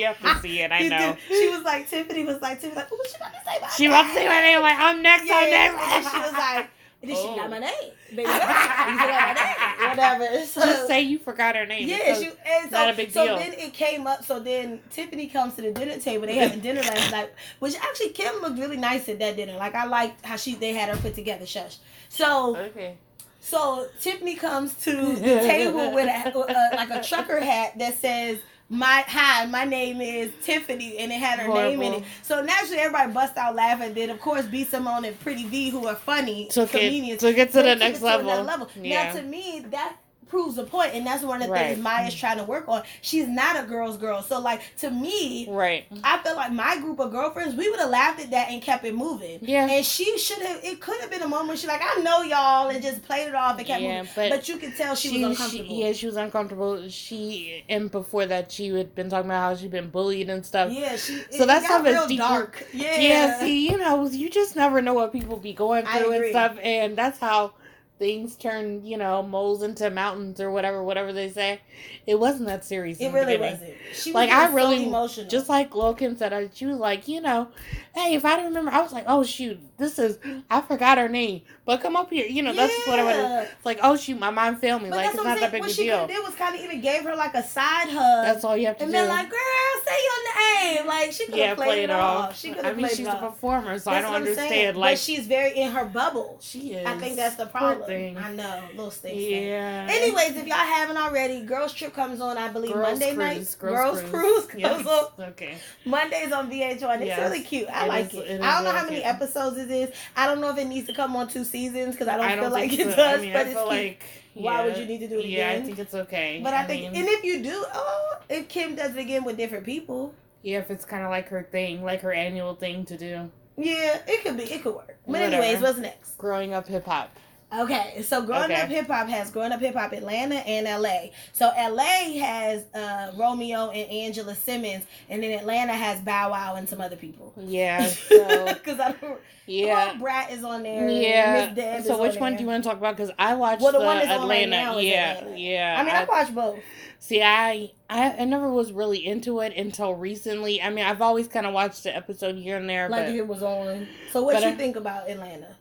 Speaker 2: have to see it, I
Speaker 1: You
Speaker 2: know.
Speaker 1: did- She was like, Tiffany was like, Tiffany was like, oh, she about to say my
Speaker 2: She wants to say my name, like, I'm next,
Speaker 1: Yeah,
Speaker 2: I'm
Speaker 1: yeah,
Speaker 2: next.
Speaker 1: yeah. She was like, and then she got
Speaker 2: Oh.
Speaker 1: my name, baby. girl. She got my name, whatever. So,
Speaker 2: just say you forgot her name.
Speaker 1: "Oh." Yeah,
Speaker 2: because-
Speaker 1: she, and so,
Speaker 2: not a big
Speaker 1: so
Speaker 2: deal.
Speaker 1: then it came up. So then Tiffany comes to the dinner table. They having dinner last night, which actually Kim looked really nice at that dinner. Like I liked how she they had her put together. Shush. So
Speaker 2: Okay.
Speaker 1: so Tiffany comes to the table with a, a like a trucker hat that says. My hi, my name is Tiffany, and it had her name in it.
Speaker 2: Horrible.
Speaker 1: So naturally, everybody bust out laughing. Then, of course, B Simone and Pretty V, who are funny
Speaker 2: Took it,
Speaker 1: comedians,
Speaker 2: took it
Speaker 1: they
Speaker 2: to the
Speaker 1: took it
Speaker 2: next
Speaker 1: to another
Speaker 2: level. Yeah.
Speaker 1: Now, to me, that proves a point, and that's one of the
Speaker 2: Right.
Speaker 1: things Maya's trying to work on. She's not a girl's girl. So, like, to me,
Speaker 2: right.
Speaker 1: I feel like my group of girlfriends, we would have laughed at that and kept it moving.
Speaker 2: Yeah.
Speaker 1: And she should have, it could have been a moment where she's like, I know y'all, and just played it off and kept
Speaker 2: Yeah,
Speaker 1: moving. But,
Speaker 2: but
Speaker 1: you could tell she, was uncomfortable.
Speaker 2: yeah, she was uncomfortable. She and before that, she had been talking about how she'd been bullied and stuff.
Speaker 1: yeah, she.
Speaker 2: So
Speaker 1: it-
Speaker 2: that
Speaker 1: it
Speaker 2: stuff
Speaker 1: got
Speaker 2: is
Speaker 1: real
Speaker 2: deeper.
Speaker 1: dark. Yeah.
Speaker 2: Yeah, see, you know, you just never know what people be going
Speaker 1: I
Speaker 2: through and
Speaker 1: agree.
Speaker 2: stuff, and that's how things turn, you know, moles into mountains or whatever, whatever they say. It wasn't that serious.
Speaker 1: It
Speaker 2: in the
Speaker 1: really
Speaker 2: beginning.
Speaker 1: wasn't. She was
Speaker 2: Like,
Speaker 1: getting
Speaker 2: I
Speaker 1: so
Speaker 2: really-
Speaker 1: emotional.
Speaker 2: Just like Logan said, I- she was like, you know, hey, if I don't remember, I was like, oh shoot, this is, I forgot her name, but come up here, you know, that's what I would.
Speaker 1: Yeah.
Speaker 2: It's like, oh shoot, my mind failed me.
Speaker 1: But
Speaker 2: like,
Speaker 1: that's
Speaker 2: it's
Speaker 1: what I'm saying.
Speaker 2: not that big
Speaker 1: What
Speaker 2: a
Speaker 1: she could
Speaker 2: deal.
Speaker 1: have did was kind of even gave her like a side hug.
Speaker 2: That's all you have to
Speaker 1: And
Speaker 2: do.
Speaker 1: then like, girl, say your name. Like she could
Speaker 2: yeah,
Speaker 1: have played
Speaker 2: play it off.
Speaker 1: She could
Speaker 2: I
Speaker 1: have
Speaker 2: mean,
Speaker 1: played
Speaker 2: she's
Speaker 1: it
Speaker 2: a
Speaker 1: off.
Speaker 2: performer, so I
Speaker 1: That's
Speaker 2: don't
Speaker 1: what I'm saying.
Speaker 2: understand.
Speaker 1: but
Speaker 2: Like,
Speaker 1: she's very in her bubble.
Speaker 2: she is.
Speaker 1: I think that's the
Speaker 2: poor
Speaker 1: problem.
Speaker 2: thing.
Speaker 1: I know, little thing.
Speaker 2: Yeah.
Speaker 1: Anyways, if y'all haven't already, Girls Trip comes on, I believe,
Speaker 2: Girls
Speaker 1: Monday
Speaker 2: Cruise,
Speaker 1: night.
Speaker 2: Girls
Speaker 1: Cruise, comes
Speaker 2: Yes.
Speaker 1: on
Speaker 2: Okay.
Speaker 1: Mondays on VH1. It's
Speaker 2: Yes.
Speaker 1: really cute. I
Speaker 2: It
Speaker 1: like
Speaker 2: is-
Speaker 1: it.
Speaker 2: it is
Speaker 1: I don't know
Speaker 2: really
Speaker 1: how many
Speaker 2: cute.
Speaker 1: episodes it is. I don't know if it needs to come on two seasons because I don't, feel like
Speaker 2: think
Speaker 1: it
Speaker 2: so.
Speaker 1: does.
Speaker 2: I mean,
Speaker 1: but
Speaker 2: I
Speaker 1: it's
Speaker 2: feel
Speaker 1: cute.
Speaker 2: like.
Speaker 1: Why would
Speaker 2: yeah.
Speaker 1: you need to do it
Speaker 2: Yeah, I
Speaker 1: again?
Speaker 2: think it's okay.
Speaker 1: But I, think,
Speaker 2: mean,
Speaker 1: and if you do, oh, if Kim does it again with different people,
Speaker 2: yeah, if it's kind of like her thing, like her annual thing to do.
Speaker 1: yeah, it could be, it could work. But
Speaker 2: Whatever.
Speaker 1: anyways, what's next?
Speaker 2: Growing up hip hop.
Speaker 1: Okay, so growing
Speaker 9: Okay.
Speaker 1: up hip hop has growing up hip hop Atlanta and LA. So LA has uh, Romeo and Angela Simmons, and then Atlanta has Bow Wow and some other people.
Speaker 2: Yeah. So
Speaker 1: Because I don't.
Speaker 2: Oh. yeah.
Speaker 1: Brat is on there. Miss
Speaker 2: Yeah.
Speaker 1: Deb
Speaker 2: So
Speaker 1: is
Speaker 2: which
Speaker 1: on
Speaker 2: one
Speaker 1: there.
Speaker 2: do you want to talk about? Because I watched
Speaker 1: Well, the
Speaker 2: the
Speaker 1: one that's on right
Speaker 2: Atlanta.
Speaker 1: now is
Speaker 2: yeah.
Speaker 1: Atlanta.
Speaker 2: Yeah.
Speaker 1: I mean, I watch both.
Speaker 2: See, I, I I never was really into it until recently. I mean, I've always kind of watched the episode here and there,
Speaker 1: Like if
Speaker 2: but
Speaker 1: it was on. So what
Speaker 2: but
Speaker 1: you
Speaker 2: I-
Speaker 1: think about Atlanta?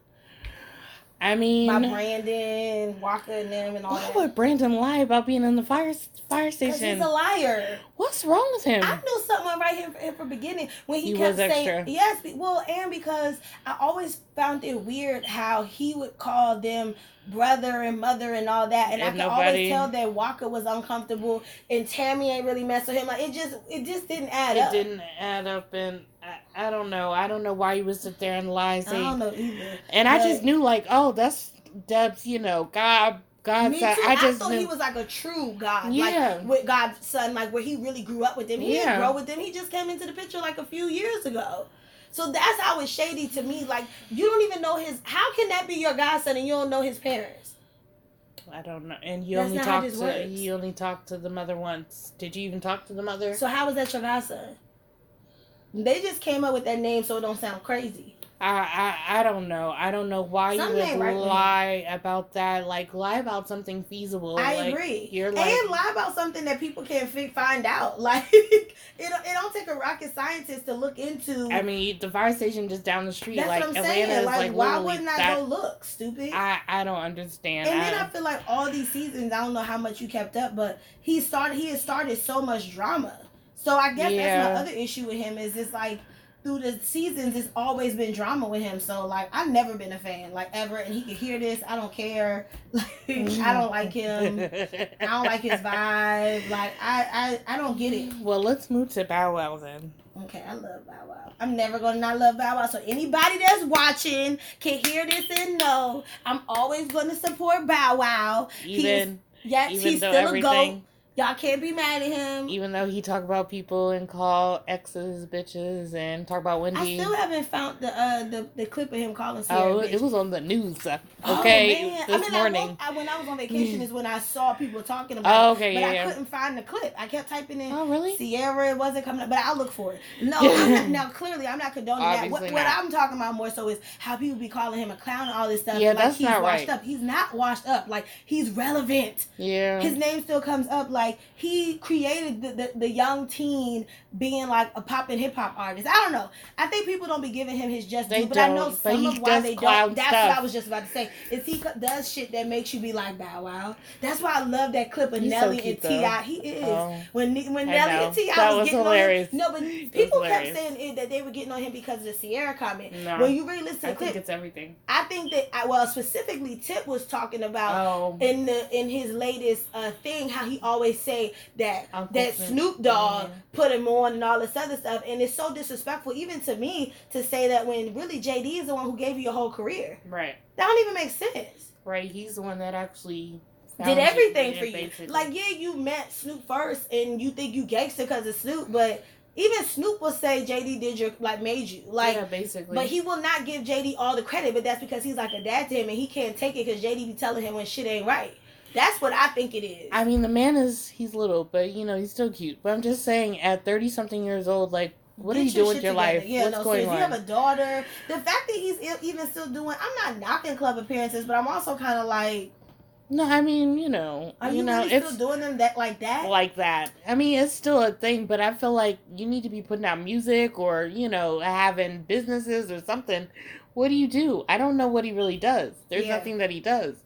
Speaker 2: I mean,
Speaker 1: By Brandon Walker and them and all
Speaker 2: why
Speaker 1: that.
Speaker 2: would Brandon lie about being in the fire fire
Speaker 1: 'Cause he's
Speaker 2: station?
Speaker 1: a liar.
Speaker 2: What's wrong with him?
Speaker 1: I knew someone right here from, from beginning when he,
Speaker 2: He
Speaker 1: kept
Speaker 2: was
Speaker 1: saying
Speaker 2: extra.
Speaker 1: yes. be- Well, and because I always found it weird how he would call them brother and mother and all that, and, I
Speaker 2: And
Speaker 1: could
Speaker 2: nobody-
Speaker 1: always tell that Walker was uncomfortable and Tammy ain't really mess with him. Like it just, it just didn't add
Speaker 2: it
Speaker 1: up.
Speaker 2: didn't add up, and I, I don't know. I don't know why he would sit there and lie.
Speaker 1: I
Speaker 2: Say,
Speaker 1: don't know either.
Speaker 2: and I just
Speaker 1: but-
Speaker 2: knew like, oh, that's Deb's. You know, God, God's.
Speaker 1: Me too.
Speaker 2: side. I
Speaker 1: I,
Speaker 2: just
Speaker 1: thought
Speaker 2: knew.
Speaker 1: he was like a true God,
Speaker 2: Yeah.
Speaker 1: like with God's son, like where he really grew up with them. He
Speaker 2: Yeah.
Speaker 1: didn't grow with them. He just came into the picture like a few years ago. So that's how it's shady to me. Like you don't even know his. How can that be your godson and you don't know his parents?
Speaker 2: I don't know. And you
Speaker 1: That's
Speaker 2: only
Speaker 1: not how
Speaker 2: talked to
Speaker 1: this works.
Speaker 2: you only talked to the mother once. Did you even talk to the mother?
Speaker 1: So how is that your godson? They just came up with that name so it don't sound crazy.
Speaker 2: I, I I don't know. I don't know why
Speaker 1: Something
Speaker 2: you
Speaker 1: ain't
Speaker 2: would
Speaker 1: right with
Speaker 2: lie about that. Like lie about something feasible.
Speaker 1: I
Speaker 2: like,
Speaker 1: agree.
Speaker 2: You're like
Speaker 1: and lie about something that people can't fi- find out. Like it, don't- it don't take a rocket scientist to look into.
Speaker 2: I mean the fire station just down the street.
Speaker 1: that's
Speaker 2: like
Speaker 1: what I'm
Speaker 2: Atlanta
Speaker 1: saying.
Speaker 2: is
Speaker 1: Like,
Speaker 2: like,
Speaker 1: why
Speaker 2: literally
Speaker 1: wouldn't I
Speaker 2: that-
Speaker 1: go look, stupid?
Speaker 2: I I don't understand.
Speaker 1: And
Speaker 2: I
Speaker 1: then I
Speaker 2: don't-
Speaker 1: feel like all these seasons, I don't know how much you kept up, but he started he had started so much drama. So I guess that's
Speaker 2: Yeah.
Speaker 1: my other issue with him is it's like through the seasons it's always been drama with him. So like I've never been a fan, like ever, and he could hear this. I don't care. Like I don't like him. I don't like his vibe. Like I, I I don't get it.
Speaker 2: Well, let's move to Bow Wow then.
Speaker 1: Okay, I love Bow Wow. I'm never gonna not love Bow Wow. So anybody that's watching can hear this and know I'm always gonna support Bow Wow. He's-
Speaker 2: Even
Speaker 1: Yes,
Speaker 2: even
Speaker 1: he's
Speaker 2: though
Speaker 1: still a goat.
Speaker 2: everything,
Speaker 1: Y'all can't be mad at him.
Speaker 2: even though he talk about people and call exes bitches and talk about Wendy.
Speaker 1: I still haven't found the uh the, the clip of him calling Sierra.
Speaker 2: Oh,
Speaker 1: bitch.
Speaker 2: it was on the news. uh,
Speaker 1: Oh,
Speaker 2: Okay,
Speaker 1: man.
Speaker 2: this
Speaker 1: I mean, I
Speaker 2: morning.
Speaker 1: woke, I, when I was on vacation is when I saw people talking about
Speaker 2: Oh, okay,
Speaker 1: it, but
Speaker 2: yeah,
Speaker 1: I
Speaker 2: yeah.
Speaker 1: couldn't find the clip. I kept typing in
Speaker 2: oh, really?
Speaker 1: Sierra. It wasn't coming up, but I'll look for it. No, I'm not, now clearly I'm not condoning that. What,
Speaker 2: Obviously
Speaker 1: what
Speaker 2: not.
Speaker 1: I'm talking about more so is how people be calling him a clown and all this stuff.
Speaker 2: Yeah,
Speaker 1: like
Speaker 2: that's
Speaker 1: he's
Speaker 2: not
Speaker 1: washed
Speaker 2: right.
Speaker 1: up. He's not washed up. Like he's relevant.
Speaker 2: Yeah.
Speaker 1: his name still comes up like he created the, the, the young teen being like a pop and hip hop artist. I don't know. I think people don't be giving him his just
Speaker 2: They
Speaker 1: due, but I know
Speaker 2: don't, but
Speaker 1: some
Speaker 2: he
Speaker 1: of why
Speaker 2: does
Speaker 1: they
Speaker 2: clown
Speaker 1: don't. That's
Speaker 2: stuff.
Speaker 1: what I was just about to say. Is he co- does shit that makes you be like Bow Wow? That's why I love that clip of
Speaker 2: He's so
Speaker 1: Nelly
Speaker 2: cute,
Speaker 1: and Ti. He is.
Speaker 2: Oh.
Speaker 1: When Ne- when
Speaker 2: I
Speaker 1: Nelly
Speaker 2: know.
Speaker 1: and Ti
Speaker 2: That
Speaker 1: was,
Speaker 2: was
Speaker 1: getting
Speaker 2: hilarious.
Speaker 1: on him, no, but people kept
Speaker 2: hilarious.
Speaker 1: saying it, that they were getting on him because of the Sierra comment.
Speaker 2: No.
Speaker 1: When you really listen to
Speaker 2: I
Speaker 1: the clip,
Speaker 2: think it's everything.
Speaker 1: I think that I, well specifically Tip was talking about
Speaker 2: Oh.
Speaker 1: in the in his latest uh thing how he always say that
Speaker 2: Uncle
Speaker 1: that
Speaker 2: Snoop.
Speaker 1: Snoop Dogg
Speaker 2: Yeah.
Speaker 1: put him on and all this other stuff and it's so disrespectful even to me to say that when really JD is the one who gave you your whole career
Speaker 2: Right.
Speaker 1: that don't even make sense
Speaker 2: Right. He's the one that actually found
Speaker 1: did
Speaker 2: you,
Speaker 1: everything
Speaker 2: yeah,
Speaker 1: for you
Speaker 2: basically.
Speaker 1: like yeah you met Snoop first and you think you gangster because of Snoop but even Snoop will say JD did your like made you like
Speaker 2: yeah, basically.
Speaker 1: but he will not give JD all the credit, but that's because he's like a dad to him and he can't take it because JD be telling him when shit ain't right. That's what I think it is.
Speaker 2: I mean, the man is he's little, but you know he's still cute. But I'm just saying, at thirty something years old, like, what
Speaker 1: Get
Speaker 2: are you doing with
Speaker 1: shit
Speaker 2: your
Speaker 1: together.
Speaker 2: life?
Speaker 1: Yeah,
Speaker 2: What's
Speaker 1: no,
Speaker 2: going
Speaker 1: so if
Speaker 2: on?
Speaker 1: you have a daughter, the fact that he's e- even still doing, I'm not knocking club appearances, but I'm also kind of like,
Speaker 2: no, I mean, you know,
Speaker 1: are
Speaker 2: you
Speaker 1: you,
Speaker 2: know,
Speaker 1: really
Speaker 2: it's
Speaker 1: still doing them that like that?
Speaker 2: like that. I mean, it's still a thing, but I feel like you need to be putting out music or, you know, having businesses or something. What do you do? I don't know what he really does. There's
Speaker 1: Yeah.
Speaker 2: nothing that he does.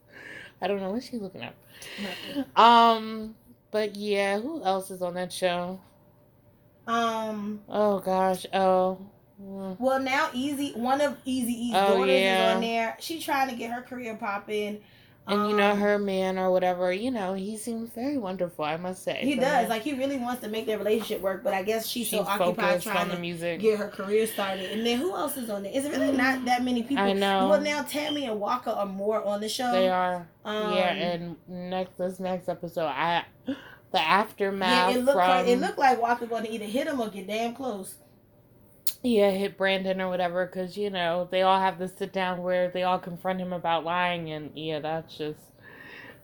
Speaker 2: I don't know what she's looking up.
Speaker 1: Nothing.
Speaker 2: Um, but yeah, who else is on that show?
Speaker 1: um,
Speaker 2: Oh gosh, oh. mm.
Speaker 1: well now Easy, one of Easy E's
Speaker 2: Oh,
Speaker 1: daughters
Speaker 2: yeah.
Speaker 1: is on there. She trying to get her career popping.
Speaker 2: And you know
Speaker 1: Um,
Speaker 2: her man or whatever, you know, he seems very wonderful, I must say.
Speaker 1: He
Speaker 2: So,
Speaker 1: does like he really wants to make their relationship work, but I guess she's,
Speaker 2: uh,
Speaker 1: so
Speaker 2: she's
Speaker 1: occupied
Speaker 2: focused
Speaker 1: trying
Speaker 2: on
Speaker 1: to
Speaker 2: the music.
Speaker 1: get her career started. And then who else is on it? Is it really not that many people?
Speaker 2: Mm. I know.
Speaker 1: Well, now Tammy and Walker are more on the show.
Speaker 2: They are
Speaker 1: Um,
Speaker 2: yeah, and next this next episode, I the aftermath
Speaker 1: yeah, it looked
Speaker 2: from
Speaker 1: like, it looked like Walker going to either hit him or get damn close.
Speaker 2: yeah, hit Brandon or whatever, because you know they all have this sit down where they all confront him about lying, and yeah, that's just,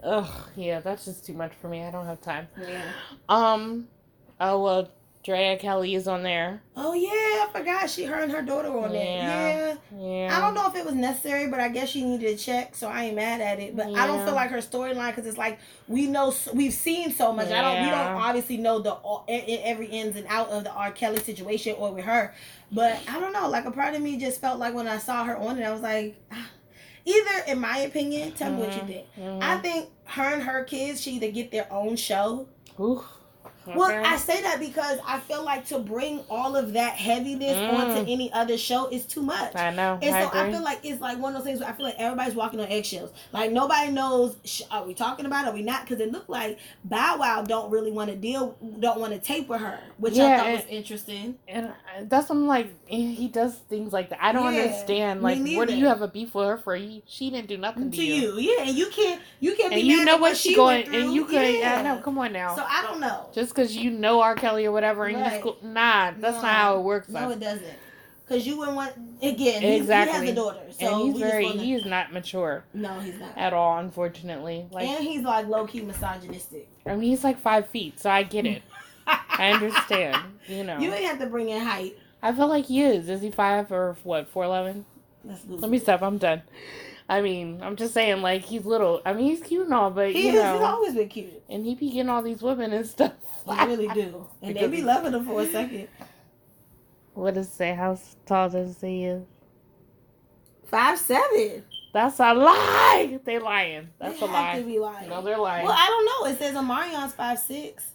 Speaker 2: ugh, yeah, that's just too much for me. I don't have time.
Speaker 1: Yeah.
Speaker 2: Um, oh well, Drea Kelly is on there.
Speaker 1: Oh yeah, I forgot she her and her daughter were on it.
Speaker 2: Yeah.
Speaker 1: Yeah.
Speaker 2: Yeah,
Speaker 1: I don't know if it was necessary, but I guess she needed a check, so I ain't mad at it. But I don't
Speaker 2: Yeah.
Speaker 1: feel like her storyline because it's like we know s- we've seen so much. I don't. We
Speaker 2: Yeah.
Speaker 1: don't obviously know the all- e- e- every ins and out of the R. Kelly situation or with her, but I don't know. Like a part of me just felt like when I saw her on it, I was like, ah. either in my opinion, tell me what you
Speaker 2: Mhm.
Speaker 1: think.
Speaker 2: Mhm.
Speaker 1: I think her and her kids should either get their own show
Speaker 2: Oof.
Speaker 1: well,
Speaker 2: Okay.
Speaker 1: I say that because I feel like to bring all of that heaviness
Speaker 2: Mm.
Speaker 1: onto any other show is too much.
Speaker 2: I know.
Speaker 1: And
Speaker 2: I
Speaker 1: so I
Speaker 2: agree.
Speaker 1: feel like it's like one of those things where I feel like everybody's walking on eggshells. Like nobody knows, sh- are we talking about? It? Are we not? Because it looked like Bow Wow don't really want to deal, don't want to tape with her, which I
Speaker 2: Yeah,
Speaker 1: thought
Speaker 2: and-
Speaker 1: was interesting.
Speaker 2: and I- that's what I'm like. eh, He does things like that. I don't
Speaker 1: Yeah,
Speaker 2: understand.
Speaker 1: me
Speaker 2: Like, what do you
Speaker 1: neither.
Speaker 2: have a beef with her for? He, she didn't do nothing to,
Speaker 1: To you, yeah, and you can't, you can't
Speaker 2: And
Speaker 1: be
Speaker 2: you
Speaker 1: mad
Speaker 2: know
Speaker 1: at
Speaker 2: what
Speaker 1: she
Speaker 2: she going.
Speaker 1: went through.
Speaker 2: And you could.
Speaker 1: yeah.
Speaker 2: Yeah, no, come on now.
Speaker 1: So I don't know.
Speaker 2: Just because you know R. Kelly or whatever, and you
Speaker 1: Right.
Speaker 2: just go, nah, that's
Speaker 1: No.
Speaker 2: not how it works.
Speaker 1: no,
Speaker 2: though.
Speaker 1: it doesn't. Because you wouldn't want again. he- He has
Speaker 2: Exactly.
Speaker 1: a daughter, so
Speaker 2: and he's
Speaker 1: we just
Speaker 2: very,
Speaker 1: wanna-
Speaker 2: he's not mature
Speaker 1: No, he's not.
Speaker 2: at all, unfortunately. Like,
Speaker 1: and he's like low key misogynistic.
Speaker 2: I mean, he's like five feet, so I get it. I understand. You know,
Speaker 1: you ain't have to bring in height.
Speaker 2: I feel like he is. Is he five or what? Four eleven?
Speaker 1: That's goofy.
Speaker 2: Let me stop. I'm done. I mean, I'm just saying, like he's little. I mean, he's cute and all, but
Speaker 1: He
Speaker 2: you
Speaker 1: is, he's
Speaker 2: know,
Speaker 1: always been cute.
Speaker 2: and he be getting all these women and stuff.
Speaker 1: He really do, and they be loving him for a second.
Speaker 2: What does it say? How tall does he is?
Speaker 1: Five seven.
Speaker 2: That's a lie. They lying. That's
Speaker 1: they
Speaker 2: a
Speaker 1: have To
Speaker 2: lie.
Speaker 1: be lying.
Speaker 2: No, they're lying.
Speaker 1: well, I don't know. It says Omarion's five six,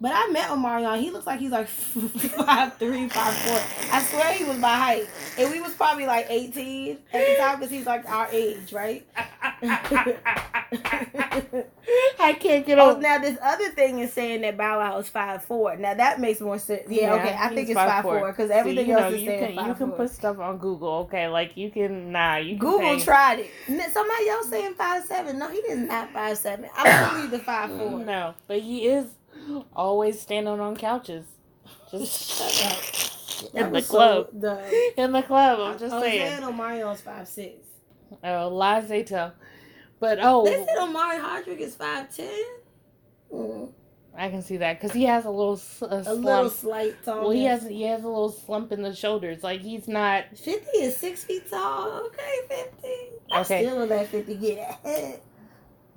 Speaker 1: but I met Omarion. He looks like he's like five three, five four. I swear he was my height, and we was probably like eighteen at the time because he's like our age, right?
Speaker 2: I can't get
Speaker 1: Oh,
Speaker 2: over.
Speaker 1: now this other thing is saying that Bow Wow is five four. Now that makes more sense. Yeah, okay, I think
Speaker 2: he's
Speaker 1: it's five four because everything
Speaker 2: See, you
Speaker 1: else
Speaker 2: know,
Speaker 1: is
Speaker 2: you
Speaker 1: saying
Speaker 2: can,
Speaker 1: five
Speaker 2: You can
Speaker 1: four.
Speaker 2: put stuff on Google, okay? Like you can, nah, you can
Speaker 1: Google
Speaker 2: pay.
Speaker 1: tried it. N- Somebody else saying five seven. No, he is not five seven. I'm believe the five four.
Speaker 2: No, but he is always standing on couches, just
Speaker 1: Shut up.
Speaker 2: In
Speaker 1: That
Speaker 2: the
Speaker 1: was
Speaker 2: club.
Speaker 1: So dumb.
Speaker 2: in the club.
Speaker 1: I
Speaker 2: I'm
Speaker 1: was
Speaker 2: just saying.
Speaker 1: saying Omarion's five six.
Speaker 2: Oh, lies they tell. But
Speaker 1: They
Speaker 2: oh,
Speaker 1: said Omari Hardrick is five ten.
Speaker 2: I can see that because he has a little s- a
Speaker 1: A
Speaker 2: slump.
Speaker 1: little slight tall.
Speaker 2: well, he has he has a little slump in the shoulders. Like he's not.
Speaker 1: fifty is six feet tall. Okay, fifty. I
Speaker 2: Okay.
Speaker 1: still let fifty get ahead.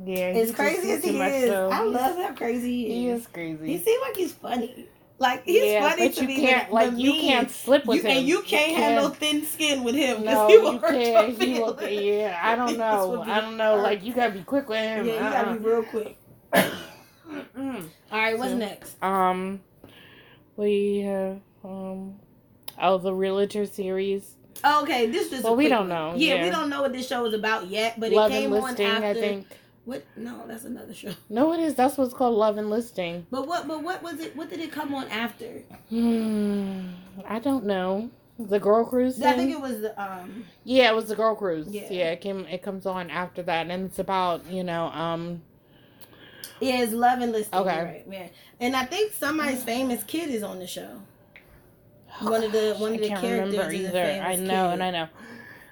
Speaker 2: Yeah,
Speaker 1: As
Speaker 2: he just
Speaker 1: crazy
Speaker 2: is
Speaker 1: as
Speaker 2: too
Speaker 1: he
Speaker 2: much,
Speaker 1: is,
Speaker 2: though.
Speaker 1: I
Speaker 2: He's-
Speaker 1: love how crazy
Speaker 2: He
Speaker 1: he is.
Speaker 2: is crazy.
Speaker 1: He seems like he's funny. Like he's funny
Speaker 2: but
Speaker 1: to
Speaker 2: you
Speaker 1: me.
Speaker 2: can't
Speaker 1: but-
Speaker 2: like
Speaker 1: but
Speaker 2: you
Speaker 1: mean.
Speaker 2: can't slip with
Speaker 1: You-
Speaker 2: him.
Speaker 1: and you can't have no thin skin with him. 'cause
Speaker 2: No,
Speaker 1: he will
Speaker 2: you
Speaker 1: hurt
Speaker 2: can't.
Speaker 1: your
Speaker 2: He will,
Speaker 1: feelings.
Speaker 2: yeah, I don't
Speaker 1: This
Speaker 2: know.
Speaker 1: would be
Speaker 2: I don't know.
Speaker 1: hurt.
Speaker 2: Like you gotta be quick with
Speaker 1: Yeah,
Speaker 2: him.
Speaker 1: you gotta mm. be real quick.
Speaker 2: uh-uh.
Speaker 1: All right, what's
Speaker 2: So-
Speaker 1: next?
Speaker 2: Um, we have um, oh the realtor series.
Speaker 1: Okay, this just. a
Speaker 2: Well, we
Speaker 1: quick
Speaker 2: don't
Speaker 1: one.
Speaker 2: know,
Speaker 1: Yeah, we
Speaker 2: yeah.
Speaker 1: don't know what this show is about yet, but
Speaker 2: Love
Speaker 1: it
Speaker 2: and
Speaker 1: came on
Speaker 2: listing.
Speaker 1: after.
Speaker 2: I think
Speaker 1: What? No, that's another show.
Speaker 2: no, it is. That's what's called love and listing.
Speaker 1: But what? But what was it? What did it come on after?
Speaker 2: Hmm. I don't know. The girl cruise.
Speaker 1: I
Speaker 2: thing?
Speaker 1: think it was the um.
Speaker 2: Yeah, it was the girl cruise.
Speaker 1: Yeah.
Speaker 2: Yeah. it came. It comes on after that, and it's about you know um
Speaker 1: Yeah, it's Love and Listing.
Speaker 2: Okay.
Speaker 1: Okay. Right, yeah. And I think somebody's famous kid is on the show. One of the one of the characters is a famous
Speaker 2: I know,
Speaker 1: kid.
Speaker 2: and I know.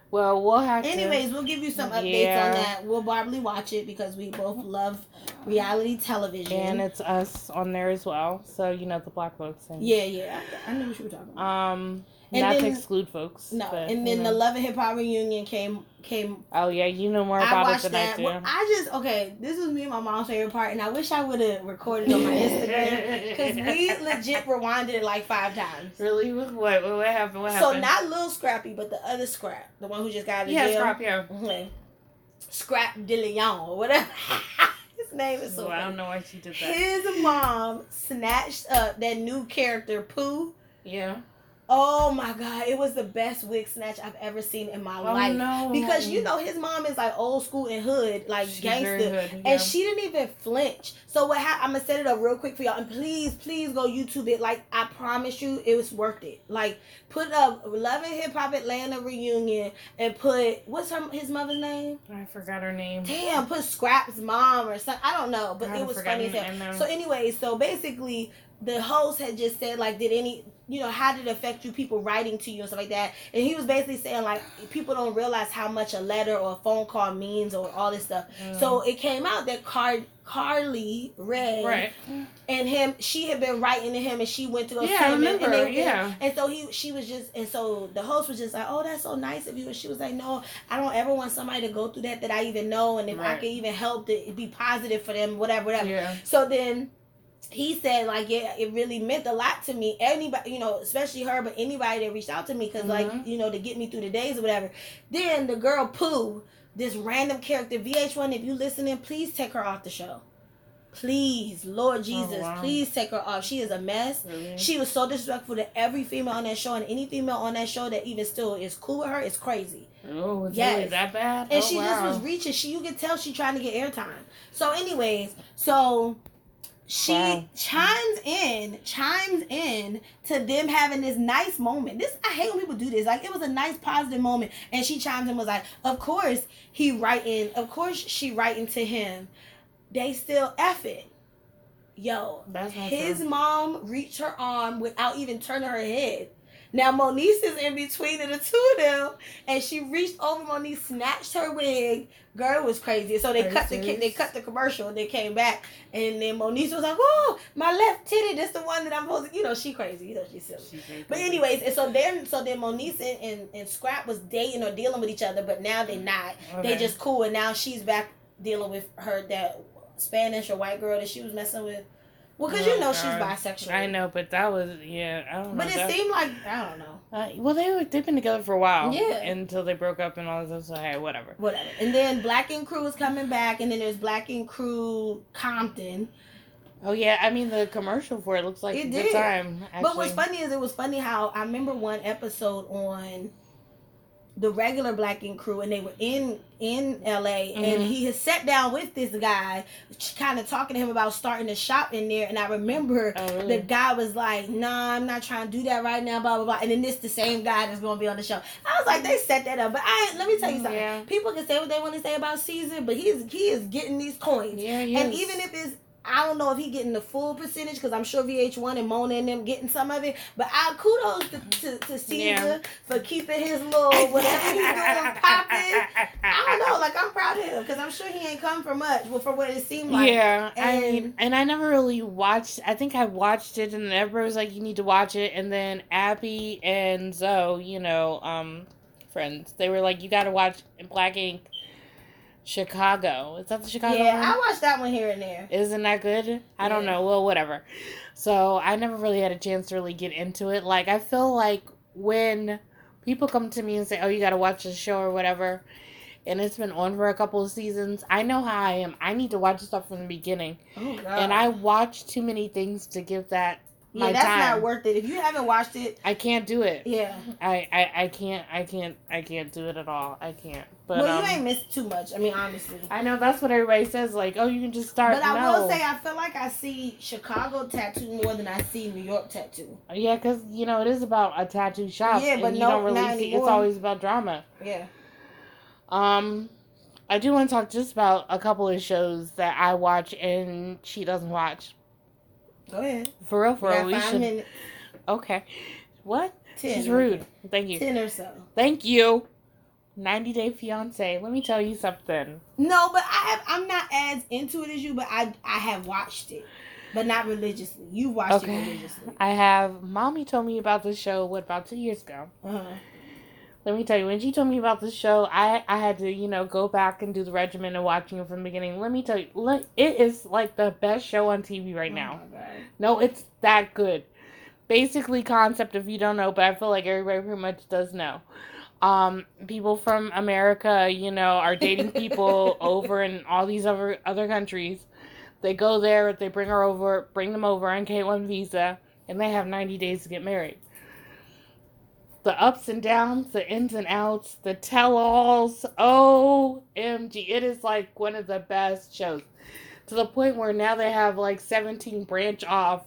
Speaker 2: Well, we'll have
Speaker 1: Anyways, we'll give you some updates
Speaker 2: Yeah.
Speaker 1: on that. We'll probably watch it because we both love reality
Speaker 2: to.
Speaker 1: television.
Speaker 2: And it's us on there as well, so you know the black folks. And,
Speaker 1: yeah, yeah, I, I knew what you were talking about.
Speaker 2: Um,
Speaker 1: And
Speaker 2: not to
Speaker 1: then-
Speaker 2: exclude folks.
Speaker 1: no,
Speaker 2: but,
Speaker 1: and
Speaker 2: you
Speaker 1: then
Speaker 2: know.
Speaker 1: the Love and Hip Hop reunion came came.
Speaker 2: Oh yeah, you know more
Speaker 1: I
Speaker 2: about it
Speaker 1: watched
Speaker 2: than
Speaker 1: that.
Speaker 2: I do.
Speaker 1: Well, I just okay. This was me and my mom's favorite part, and I wish I would have recorded on my Instagram because we legit rewinded it like five times.
Speaker 2: really what what what happened? What
Speaker 1: So
Speaker 2: happened?
Speaker 1: not little Scrappy, but the other Scrap, the one who just got out of
Speaker 2: yeah,
Speaker 1: jail.
Speaker 2: Scrap, yeah.
Speaker 1: Mhm. Scrap De Leon or whatever. His name is so.
Speaker 2: Well, I
Speaker 1: funny.
Speaker 2: don't know why she did that.
Speaker 1: His mom snatched up that new character, Pooh.
Speaker 2: Yeah.
Speaker 1: Oh my god, it was the best wig snatch I've ever seen in my
Speaker 2: Oh
Speaker 1: life.
Speaker 2: no.
Speaker 1: Because you know his mom is like old school and hood, like
Speaker 2: She's very
Speaker 1: gangster.
Speaker 2: hood, yeah.
Speaker 1: And she didn't even flinch. So what hap I'm gonna set it up real quick for y'all, and please, please go YouTube it. Like I promise you, it was worth it. Like put up Love and Hip Hop Atlanta reunion, and put what's her his mother's name?
Speaker 2: I forgot her name.
Speaker 1: Damn, put Scrap's mom or something. I don't know, but
Speaker 2: God, Mm-hmm. I
Speaker 1: it was
Speaker 2: forgot
Speaker 1: funny as
Speaker 2: her
Speaker 1: hell.
Speaker 2: name.
Speaker 1: So anyway, so basically the host had just said like, did any you know how did it affect you? People writing to you and stuff like that. And he was basically saying like, people don't realize how much a letter or a phone call means or all this stuff.
Speaker 2: Mm.
Speaker 1: So it came out that Car- Carly Red
Speaker 2: right.
Speaker 1: and him, she had been writing to him, and she went to go
Speaker 2: Yeah,
Speaker 1: see
Speaker 2: I
Speaker 1: him, and-
Speaker 2: remember.
Speaker 1: and they-
Speaker 2: yeah.
Speaker 1: and so he, she was just, and so the host was just like, "Oh, that's so nice of you." And she was like, "No, I don't ever want somebody to go through that that I even know, and if I
Speaker 2: Right.
Speaker 1: can even help, to be positive for them, whatever, whatever."
Speaker 2: Yeah.
Speaker 1: So then he said, like, yeah, it really meant a lot to me. Anybody, you know, especially her, but anybody that reached out to me, because, like, you know, to get me through the days or whatever. Then the girl Pooh, this random character, VH1, if you listening, please take her off the show. Please, Lord Jesus,
Speaker 2: wow.
Speaker 1: please take her off. She is a mess.
Speaker 2: Really?
Speaker 1: She was so disrespectful to every female on that show, and any female on that show that even still is cool with her is crazy.
Speaker 2: Oh, it's
Speaker 1: Yes.
Speaker 2: really that bad?
Speaker 1: And
Speaker 2: Oh,
Speaker 1: she just
Speaker 2: wow.
Speaker 1: was reaching. She you could tell she trying to get airtime. So, anyways, so she
Speaker 2: Wow.
Speaker 1: chimes in, chimes in to them having this nice moment. This I hate when people do this. Like it was a nice positive moment. And she chimes in was like, Of course he writing, of course she writing to him. They still F it. Yo,
Speaker 2: That's not
Speaker 1: his
Speaker 2: true.
Speaker 1: mom reached her arm without even turning her head. Now Moniece is in between of the two of them, and she reached over Monique, snatched her wig. Girl it was crazy. So they
Speaker 2: Are you
Speaker 1: cut the ca- they
Speaker 2: serious?
Speaker 1: cut the commercial. and They came back, and then Monique was like, "Oh, my left titty. That's the one that I'm supposed to." You know, she crazy. You know, she's silly.
Speaker 2: She's very
Speaker 1: But
Speaker 2: crazy.
Speaker 1: anyways, and so then so then Moniece and, and, and Scrap was dating or dealing with each other, but now they're not. They
Speaker 2: Okay.
Speaker 1: just cool, and now she's back dealing with her that Spanish or white girl that she was messing with. Well, cause you
Speaker 2: Oh,
Speaker 1: know
Speaker 2: God.
Speaker 1: she's bisexual.
Speaker 2: I know, Oh, but that was yeah. I don't know.
Speaker 1: but it
Speaker 2: that-
Speaker 1: seemed like I don't know.
Speaker 2: uh, well, they were they've been together for a while.
Speaker 1: Yeah.
Speaker 2: Until they broke up and all this. So hey, whatever.
Speaker 1: whatever. And then Black and Crew is coming back, and then there's Black and Crew Compton.
Speaker 2: Oh yeah, I mean the commercial for it looks like
Speaker 1: It
Speaker 2: a good
Speaker 1: did.
Speaker 2: time. Actually.
Speaker 1: But what's funny is it was funny how I remember one episode on the regular Black and Crew, and they were in in L.A. and
Speaker 2: Mhm.
Speaker 1: he had sat down with this guy, kind of talking to him about starting a shop in there. And I remember
Speaker 2: Oh, really?
Speaker 1: the guy was like, "Nah, I'm not trying to do that right now." Blah blah blah. And then this the same guy that's gonna be on the show. I was like, they set that up. But I ain't- let me tell you
Speaker 2: Mm,
Speaker 1: something.
Speaker 2: yeah.
Speaker 1: People can say what they want to say about Caesar, but he's he is getting these coins.
Speaker 2: yeah,
Speaker 1: And even if it's, I don't know if he getting the full percentage because I'm sure VH1 and Mona and them getting some of it. But I kudos to, to, to Caesar
Speaker 2: Yeah.
Speaker 1: for keeping his little whatever he's doing popping. I don't know, like I'm proud of him because I'm sure he ain't come for much. Well, for what it seemed like.
Speaker 2: yeah, I
Speaker 1: and-
Speaker 2: mean, and I never really watched. I think I watched it, and everybody was like, "You need to watch it." And then Abby and Zoe, you know, um, friends, they were like, "You got to watch Black Ink, Chicago." Is that the Chicago?
Speaker 1: Yeah,
Speaker 2: one?
Speaker 1: I watched that one here and there.
Speaker 2: Isn't that good? I don't
Speaker 1: Yeah.
Speaker 2: know. Well, whatever. So I never really had a chance to really get into it. Like I feel like when people come to me and say, "Oh, you got to watch this show or whatever," and it's been on for a couple of seasons, I know how I am. I need to watch stuff from the beginning,
Speaker 1: Oh, God.
Speaker 2: and I watch too many things to give that
Speaker 1: yeah,
Speaker 2: my
Speaker 1: that's
Speaker 2: time.
Speaker 1: not worth it. If you haven't watched it,
Speaker 2: I can't do it.
Speaker 1: yeah.
Speaker 2: I, I I can't I can't I can't do it at all. I can't. But
Speaker 1: well,
Speaker 2: um,
Speaker 1: you ain't missed too much. I mean, honestly.
Speaker 2: I know that's what everybody says. Like, oh, you can just start.
Speaker 1: But I
Speaker 2: no.
Speaker 1: will say, I feel like I see Chicago tattoo more than I see New York tattoo.
Speaker 2: Yeah, because you know it is about a tattoo shop.
Speaker 1: Yeah, but
Speaker 2: and you
Speaker 1: no-
Speaker 2: don't
Speaker 1: not
Speaker 2: really see. It's
Speaker 1: anymore.
Speaker 2: always about drama.
Speaker 1: Yeah.
Speaker 2: Um, I do want to talk just about a couple of shows that I watch and she doesn't watch.
Speaker 1: Go ahead.
Speaker 2: For real, for
Speaker 1: You
Speaker 2: real,
Speaker 1: got
Speaker 2: we
Speaker 1: five
Speaker 2: should.
Speaker 1: minutes.
Speaker 2: Okay, what?
Speaker 1: Ten.
Speaker 2: She's rude. Thank you.
Speaker 1: Ten or so.
Speaker 2: Thank you. Ninety Day Fiance. Let me tell you something.
Speaker 1: No, but I have. I'm not as into it as you, but I I have watched it, but not religiously. You watched it
Speaker 2: Okay.
Speaker 1: religiously.
Speaker 2: I have mommy told me about this show. What about two years ago?
Speaker 1: Uh-huh.
Speaker 2: Let me tell you, when she told me about the show, I, I had to, you know, go back and do the regimen and watching it from the beginning. Let me tell you, look, it is like the best show on TV right now.
Speaker 1: Oh my God.
Speaker 2: No, it's that good. Basically, concept if you don't know, but I feel like everybody pretty much does know. Um, people from America, you know, are dating people over in all these other other countries. They go there, they bring her over, bring them over on K one visa, and they have ninety days to get married. The ups and downs, the ins and outs, the tell-alls. OMG, it is like one of the best shows to the point where now they have like 17 branch off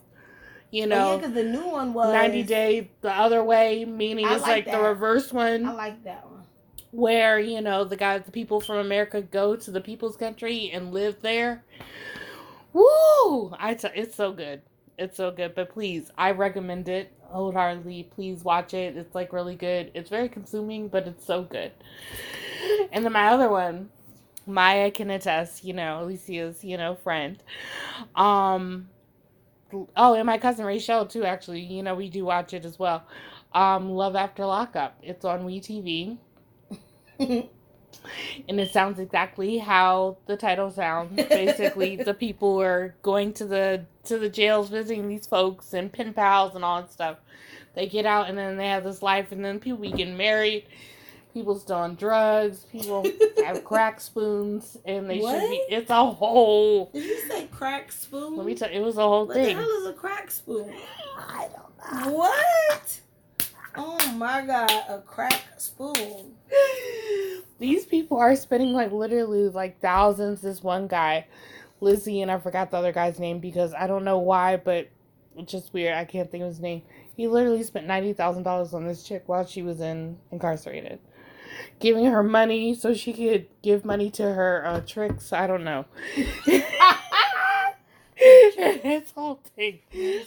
Speaker 2: you
Speaker 1: Oh, yeah,
Speaker 2: know
Speaker 1: because the new one was
Speaker 2: 90 day the other way meaning
Speaker 1: I
Speaker 2: it's
Speaker 1: like
Speaker 2: like,
Speaker 1: that.
Speaker 2: the reverse one
Speaker 1: I like that one.
Speaker 2: where you know the guys the people from america go to the people's country and live there woo i t- it's so good It's so good. But please, I recommend it wholeheartedly. Please watch it. It's like really good. It's very consuming, but it's so good. And then my other one, Maya can attest, you know, Alicia's, you know, friend. Um oh, and my cousin Rachel too, actually, you know, we do watch it as well. Um, Love After Lockup. It's on WeTV. and it sounds exactly how the title sounds. Basically, the people are going to the to the jails visiting these folks and pen pals and all that stuff. They get out and then they have this life, and then people be getting married. People still on drugs. People have crack spoons, and they
Speaker 1: What?
Speaker 2: should be. It's a whole.
Speaker 1: Did you say crack spoon?
Speaker 2: Let me tell. It was a whole
Speaker 1: What the
Speaker 2: thing.
Speaker 1: hell is a crack spoon? I don't know. What? Oh my god, a crack spoon.
Speaker 2: These people are spending like literally like thousands. This one guy, Lizzie, and I forgot the other guy's name because I don't know why, but it's just weird. I can't think of his name. He literally spent ninety thousand dollars on this chick while she was in incarcerated, giving her money so she could give money to her uh, tricks. I don't know. it's whole thing.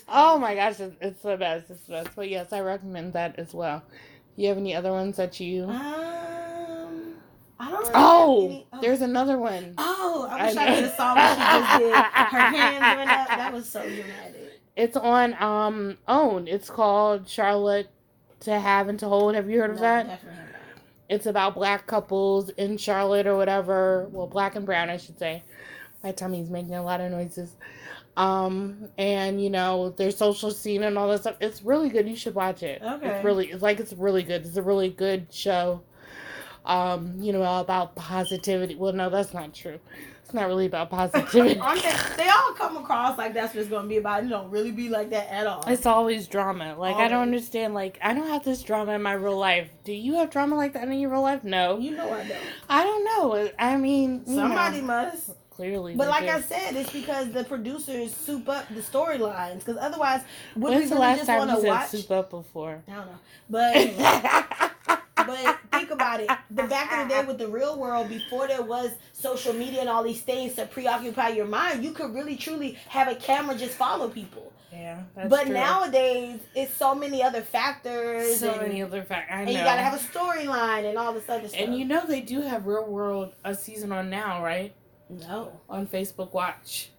Speaker 2: Oh my gosh, it's, it's the best. It's the best. But yes, I recommend that as well. You have any other ones that you?
Speaker 1: Um, I don't. Really
Speaker 2: Mm-hmm. Oh,
Speaker 1: have any-
Speaker 2: there's another one.
Speaker 1: Oh, I wish I,
Speaker 2: I know.
Speaker 1: could have saw what she just did. Her hands went up. That was so dramatic.
Speaker 2: It's on um OWN. It's called Charlotte to Have and to Hold. Have you heard of
Speaker 1: No,
Speaker 2: that?
Speaker 1: definitely not.
Speaker 2: It's about black couples in Charlotte or whatever. Well, black and brown, I should say. My tummy's making a lot of noises. Um, and you know their social scene and all that stuff. It's really good. You should watch it.
Speaker 1: Okay.
Speaker 2: It's really. It's like it's really good. It's a really good show. Um, you know about positivity. Well, no, that's not true. It's not really about positivity.
Speaker 1: I'm just- they all come across like that's what it's gonna be about. It don't really be like that at all.
Speaker 2: It's always drama. Like I don't
Speaker 1: Always.
Speaker 2: understand. Like I don't have this drama in my real life. Do you have drama like that in your real life? No,
Speaker 1: you know I don't.
Speaker 2: I don't know. I mean, you know,
Speaker 1: Somebody must.
Speaker 2: clearly.
Speaker 1: But
Speaker 2: they
Speaker 1: like
Speaker 2: do.
Speaker 1: I said, it's because the producers soup up the storylines. Because otherwise, would
Speaker 2: when's
Speaker 1: we
Speaker 2: the
Speaker 1: really
Speaker 2: last
Speaker 1: just
Speaker 2: time
Speaker 1: want
Speaker 2: you
Speaker 1: to
Speaker 2: said
Speaker 1: watch?
Speaker 2: soup up before?
Speaker 1: I don't know. But but think about it. The back in the day with the real world, before there was social media and all these things to preoccupy your mind, you could really truly have a camera just follow people.
Speaker 2: yeah, that's
Speaker 1: but
Speaker 2: true.
Speaker 1: nowadays, it's so many other factors.
Speaker 2: so
Speaker 1: and,
Speaker 2: many other facts. I know.
Speaker 1: and you gotta have a storyline and all this other stuff.
Speaker 2: and you know they do have Real World a season on now, right?
Speaker 1: no,
Speaker 2: On Facebook Watch.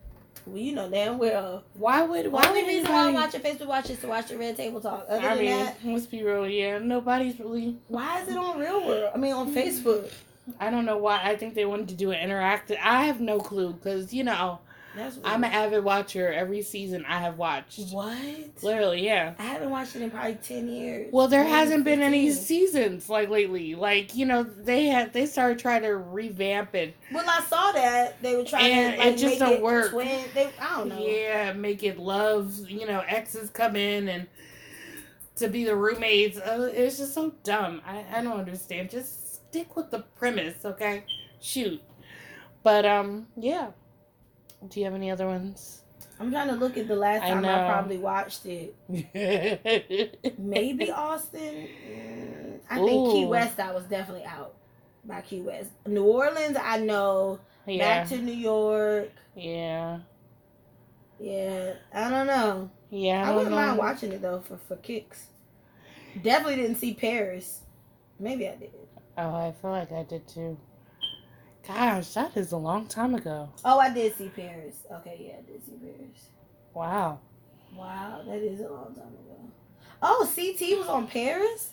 Speaker 1: well, you know damn well.
Speaker 2: Why would why
Speaker 1: Only
Speaker 2: would
Speaker 1: reason why I
Speaker 2: anybody-
Speaker 1: watch a Facebook Watch is to watch the Red Table Talk. Other
Speaker 2: I
Speaker 1: than
Speaker 2: mean,
Speaker 1: that,
Speaker 2: let's be real. Yeah, nobody's really
Speaker 1: why is it on Real World? I mean,
Speaker 2: hmm.
Speaker 1: on Facebook.
Speaker 2: I don't know why. I think they wanted to do an interactive. I have no clue because you know
Speaker 1: That's weird.
Speaker 2: I'm an avid watcher. Every season I have watched.
Speaker 1: what?
Speaker 2: Literally, yeah.
Speaker 1: I haven't watched it in probably ten years.
Speaker 2: Well, there
Speaker 1: Maybe
Speaker 2: hasn't been any
Speaker 1: 15.
Speaker 2: seasons like lately. Like you know, they had they started trying to revamp it.
Speaker 1: When I saw that, they were trying
Speaker 2: And
Speaker 1: to like
Speaker 2: it just
Speaker 1: make
Speaker 2: don't
Speaker 1: it
Speaker 2: work.
Speaker 1: Twin. They, I don't know.
Speaker 2: Yeah, make it love. You know, exes come in and to be the roommates. Uh, it's just so dumb. I I don't understand. Just stick with the premise, okay? Shoot. But um, yeah. Do you have any other ones?
Speaker 1: I'm trying to look at the last
Speaker 2: I
Speaker 1: time I,
Speaker 2: know.
Speaker 1: probably watched it. Maybe Austin. Mm, I think Key
Speaker 2: Ooh.
Speaker 1: West. I was definitely out by Key West. New Orleans. I know.
Speaker 2: yeah.
Speaker 1: Back to New York.
Speaker 2: yeah.
Speaker 1: Yeah, I don't know.
Speaker 2: Yeah.
Speaker 1: I,
Speaker 2: don't
Speaker 1: wouldn't mind
Speaker 2: know.
Speaker 1: watching it though for for kicks. Definitely didn't see Paris. Maybe I did.
Speaker 2: Oh, I feel like I did too. Gosh, that is a long time ago.
Speaker 1: Oh, I did see Paris. Okay, yeah, I did see Paris.
Speaker 2: Wow.
Speaker 1: Wow, that is a long time ago. Oh, CT was on Paris.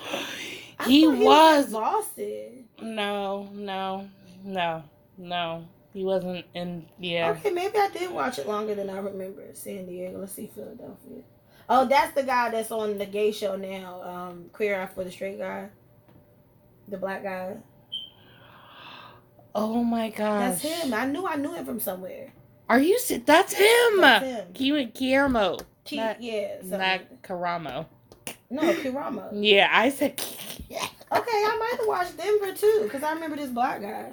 Speaker 1: I
Speaker 2: He
Speaker 1: thought
Speaker 2: was.
Speaker 1: in Boston.
Speaker 2: No, no, no, no. He wasn't in. Yeah.
Speaker 1: Okay, maybe I did watch it longer than I remember. San Diego. Let's see Philadelphia. Oh, that's the guy that's on the gay show now. Um, Queer Eye for the Straight Guy, the black guy.
Speaker 2: Oh my
Speaker 1: That's
Speaker 2: gosh.
Speaker 1: him. I knew I knew him from somewhere.
Speaker 2: Are you? se- That's him.
Speaker 1: That's him.
Speaker 2: Ki- Guillermo.
Speaker 1: Ki-
Speaker 2: not-
Speaker 1: yeah. something
Speaker 2: Not
Speaker 1: like that.
Speaker 2: Karamo.
Speaker 1: No, Kirama.
Speaker 2: Yeah, I said.
Speaker 1: Okay, I might have watched Denver too because I remember this black guy.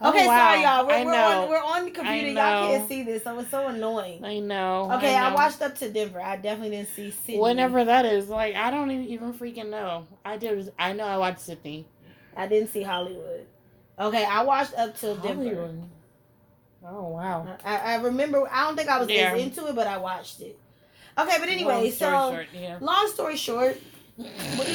Speaker 2: Oh,
Speaker 1: Okay,
Speaker 2: wow.
Speaker 1: sorry y'all. We're,
Speaker 2: I
Speaker 1: we're
Speaker 2: know.
Speaker 1: on we're on the computer.
Speaker 2: know.
Speaker 1: Y'all can't see this, so it's so annoying.
Speaker 2: I know.
Speaker 1: Okay, I,
Speaker 2: know.
Speaker 1: watched up to Denver. I definitely didn't see Sydney.
Speaker 2: Whenever that is, like I don't even, even freaking know. I did. I know I watched Sydney.
Speaker 1: I didn't see Hollywood. Okay, I watched up to Denver.
Speaker 2: Hollywood. Oh wow.
Speaker 1: I, I remember. I don't think I was as
Speaker 2: Yeah.
Speaker 1: into it, but I watched it. Okay, but anyway,
Speaker 2: Long
Speaker 1: so
Speaker 2: story short, yeah.
Speaker 1: long story short, we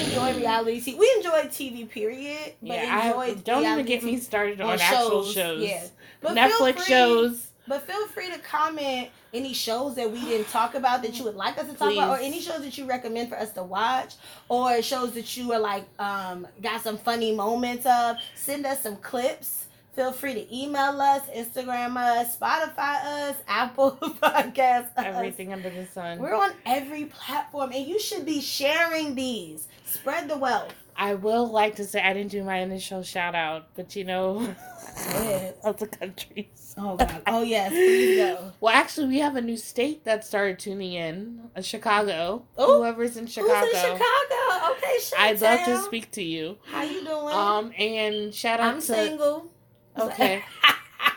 Speaker 1: enjoy reality TV. We enjoy TV, period. But
Speaker 2: Yeah,
Speaker 1: enjoy
Speaker 2: I, don't even
Speaker 1: reality
Speaker 2: get me started on
Speaker 1: or
Speaker 2: actual
Speaker 1: shows,
Speaker 2: shows.
Speaker 1: yeah. But feel
Speaker 2: Netflix
Speaker 1: free-
Speaker 2: shows.
Speaker 1: But feel free to comment any shows that we didn't talk about that you would like us to talk about, or
Speaker 2: Please.
Speaker 1: any shows that you recommend for us to watch, or shows that you are like um got some funny moments of. Send us some clips. Feel free to email us, Instagram us, Spotify us, Apple Podcast us.
Speaker 2: Everything under the sun.
Speaker 1: We're on every platform, and you should be sharing these. Spread the wealth.
Speaker 2: I will like to say I didn't do my initial shout out, but you know,
Speaker 1: ahead.
Speaker 2: of the countries.
Speaker 1: Oh God. Oh yes. Please go.
Speaker 2: Well, actually, we have a new state that started tuning in uh, Chicago.
Speaker 1: Oh,
Speaker 2: Whoever's in Chicago,
Speaker 1: Who's in Chicago? Okay, Chicago.
Speaker 2: I'd love to speak to you.
Speaker 1: How you doing?
Speaker 2: Um, and shout out
Speaker 1: I'm
Speaker 2: to
Speaker 1: single.
Speaker 2: okay,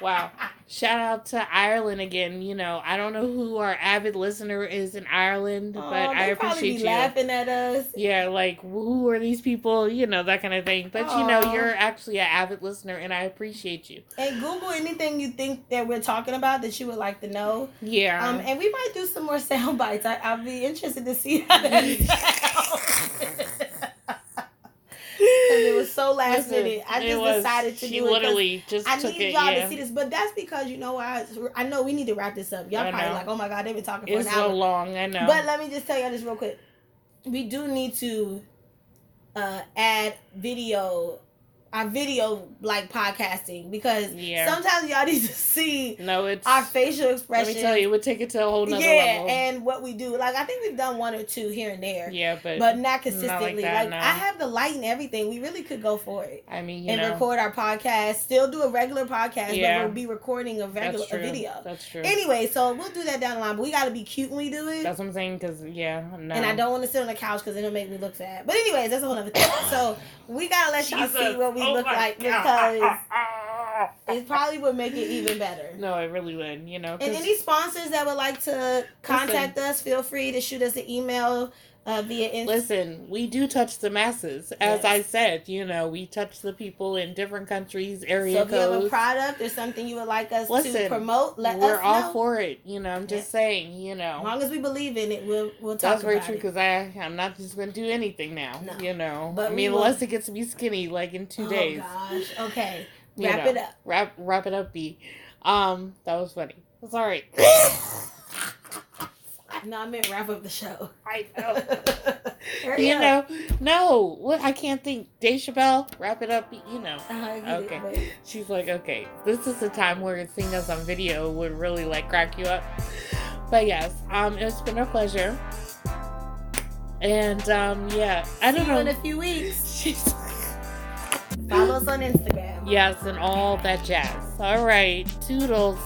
Speaker 2: wow. Shout out to Ireland again. You know, I don't know who our avid listener is in Ireland,
Speaker 1: Aw,
Speaker 2: but I
Speaker 1: they probably be
Speaker 2: appreciate you.
Speaker 1: laughing at us.
Speaker 2: Yeah, like who are these people? You know that kind of thing. But you
Speaker 1: Aw.
Speaker 2: know, you're actually an avid listener, and I appreciate you.
Speaker 1: And Google anything you think that we're talking about that you would like to know.
Speaker 2: Yeah.
Speaker 1: Um, and we might do some more sound bites. I, I'll be interested to see how that sounds. 'Cause it was so last
Speaker 2: Listen,
Speaker 1: minute. I
Speaker 2: it
Speaker 1: just
Speaker 2: was-
Speaker 1: decided to
Speaker 2: she
Speaker 1: do it. 'cause
Speaker 2: literally just
Speaker 1: I
Speaker 2: took
Speaker 1: need
Speaker 2: it.
Speaker 1: y'all
Speaker 2: yeah.
Speaker 1: to see this, but that's because you know why. I know we need to wrap this up. Y'all
Speaker 2: I
Speaker 1: probably
Speaker 2: know.
Speaker 1: like, oh my god, they've been talking for
Speaker 2: It's
Speaker 1: an
Speaker 2: so
Speaker 1: hour.
Speaker 2: long. I know.
Speaker 1: But let me just tell y'all this real quick. We do need to uh add video our video like podcasting because
Speaker 2: Yeah.
Speaker 1: sometimes y'all need to see
Speaker 2: no, it's.
Speaker 1: our facial
Speaker 2: let
Speaker 1: expression.
Speaker 2: me tell you, it would take it to a whole nother
Speaker 1: yeah,
Speaker 2: level.
Speaker 1: and what we do. Like I think we've done one or two here and there.
Speaker 2: yeah, but,
Speaker 1: But not consistently.
Speaker 2: that,
Speaker 1: like
Speaker 2: no.
Speaker 1: I have the light and everything. We really could go for it
Speaker 2: I mean, you
Speaker 1: and
Speaker 2: know,
Speaker 1: record our podcast. Still do a regular podcast,
Speaker 2: Yeah.
Speaker 1: but we'll be recording a regular
Speaker 2: that's
Speaker 1: a
Speaker 2: true.
Speaker 1: video.
Speaker 2: That's true.
Speaker 1: Anyway, so we'll do that down the line. But we got to be cute when we do it.
Speaker 2: that's what I'm saying. Cause yeah, no.
Speaker 1: And I don't want to sit on the couch because it'll make me look fat. But anyways, that's a whole other thing. So we gotta let y'all see
Speaker 2: Jesus.
Speaker 1: what we
Speaker 2: Oh
Speaker 1: look
Speaker 2: my
Speaker 1: like
Speaker 2: God.
Speaker 1: because it probably would make it even better.
Speaker 2: No, I really would. You know,
Speaker 1: And
Speaker 2: 'cause-
Speaker 1: any sponsors that would like to contact us, feel free to shoot us an email uh, via Instagram.
Speaker 2: Listen, we do touch the masses. As
Speaker 1: Yes.
Speaker 2: I said, you know, we touch the people in different countries,
Speaker 1: So
Speaker 2: area
Speaker 1: if you have a
Speaker 2: codes.
Speaker 1: product or something you would like us to
Speaker 2: Listen,
Speaker 1: promote, let
Speaker 2: We're
Speaker 1: us
Speaker 2: all
Speaker 1: know.
Speaker 2: for it. You know, I'm just saying, you
Speaker 1: as
Speaker 2: know.
Speaker 1: long as we believe in it, we'll we'll talk
Speaker 2: That's
Speaker 1: about
Speaker 2: very true
Speaker 1: it.
Speaker 2: because I I'm not just gonna do anything now,
Speaker 1: No.
Speaker 2: you know.
Speaker 1: But
Speaker 2: I
Speaker 1: we
Speaker 2: mean,
Speaker 1: will-
Speaker 2: unless it gets me skinny, like in two
Speaker 1: oh,
Speaker 2: days.
Speaker 1: gosh. Okay.
Speaker 2: you
Speaker 1: Wrap
Speaker 2: know.
Speaker 1: it up.
Speaker 2: Wrap wrap it up, B. Um, that was funny. It's all right.
Speaker 1: No, I meant wrap up the show.
Speaker 2: I
Speaker 1: Hurry
Speaker 2: you
Speaker 1: up.
Speaker 2: know, no, what I can't think. Dave Chappelle, wrap it up. You know.
Speaker 1: Uh-huh,
Speaker 2: Okay.
Speaker 1: okay.
Speaker 2: She's like, okay, this is the time where seeing us on video would really like crack you up. But yes, um, it's been a pleasure. And um, yeah, I don't
Speaker 1: See you in
Speaker 2: know.
Speaker 1: a few weeks.
Speaker 2: She's-
Speaker 1: Follow us on Instagram.
Speaker 2: yes, and all that jazz. All right, toodles.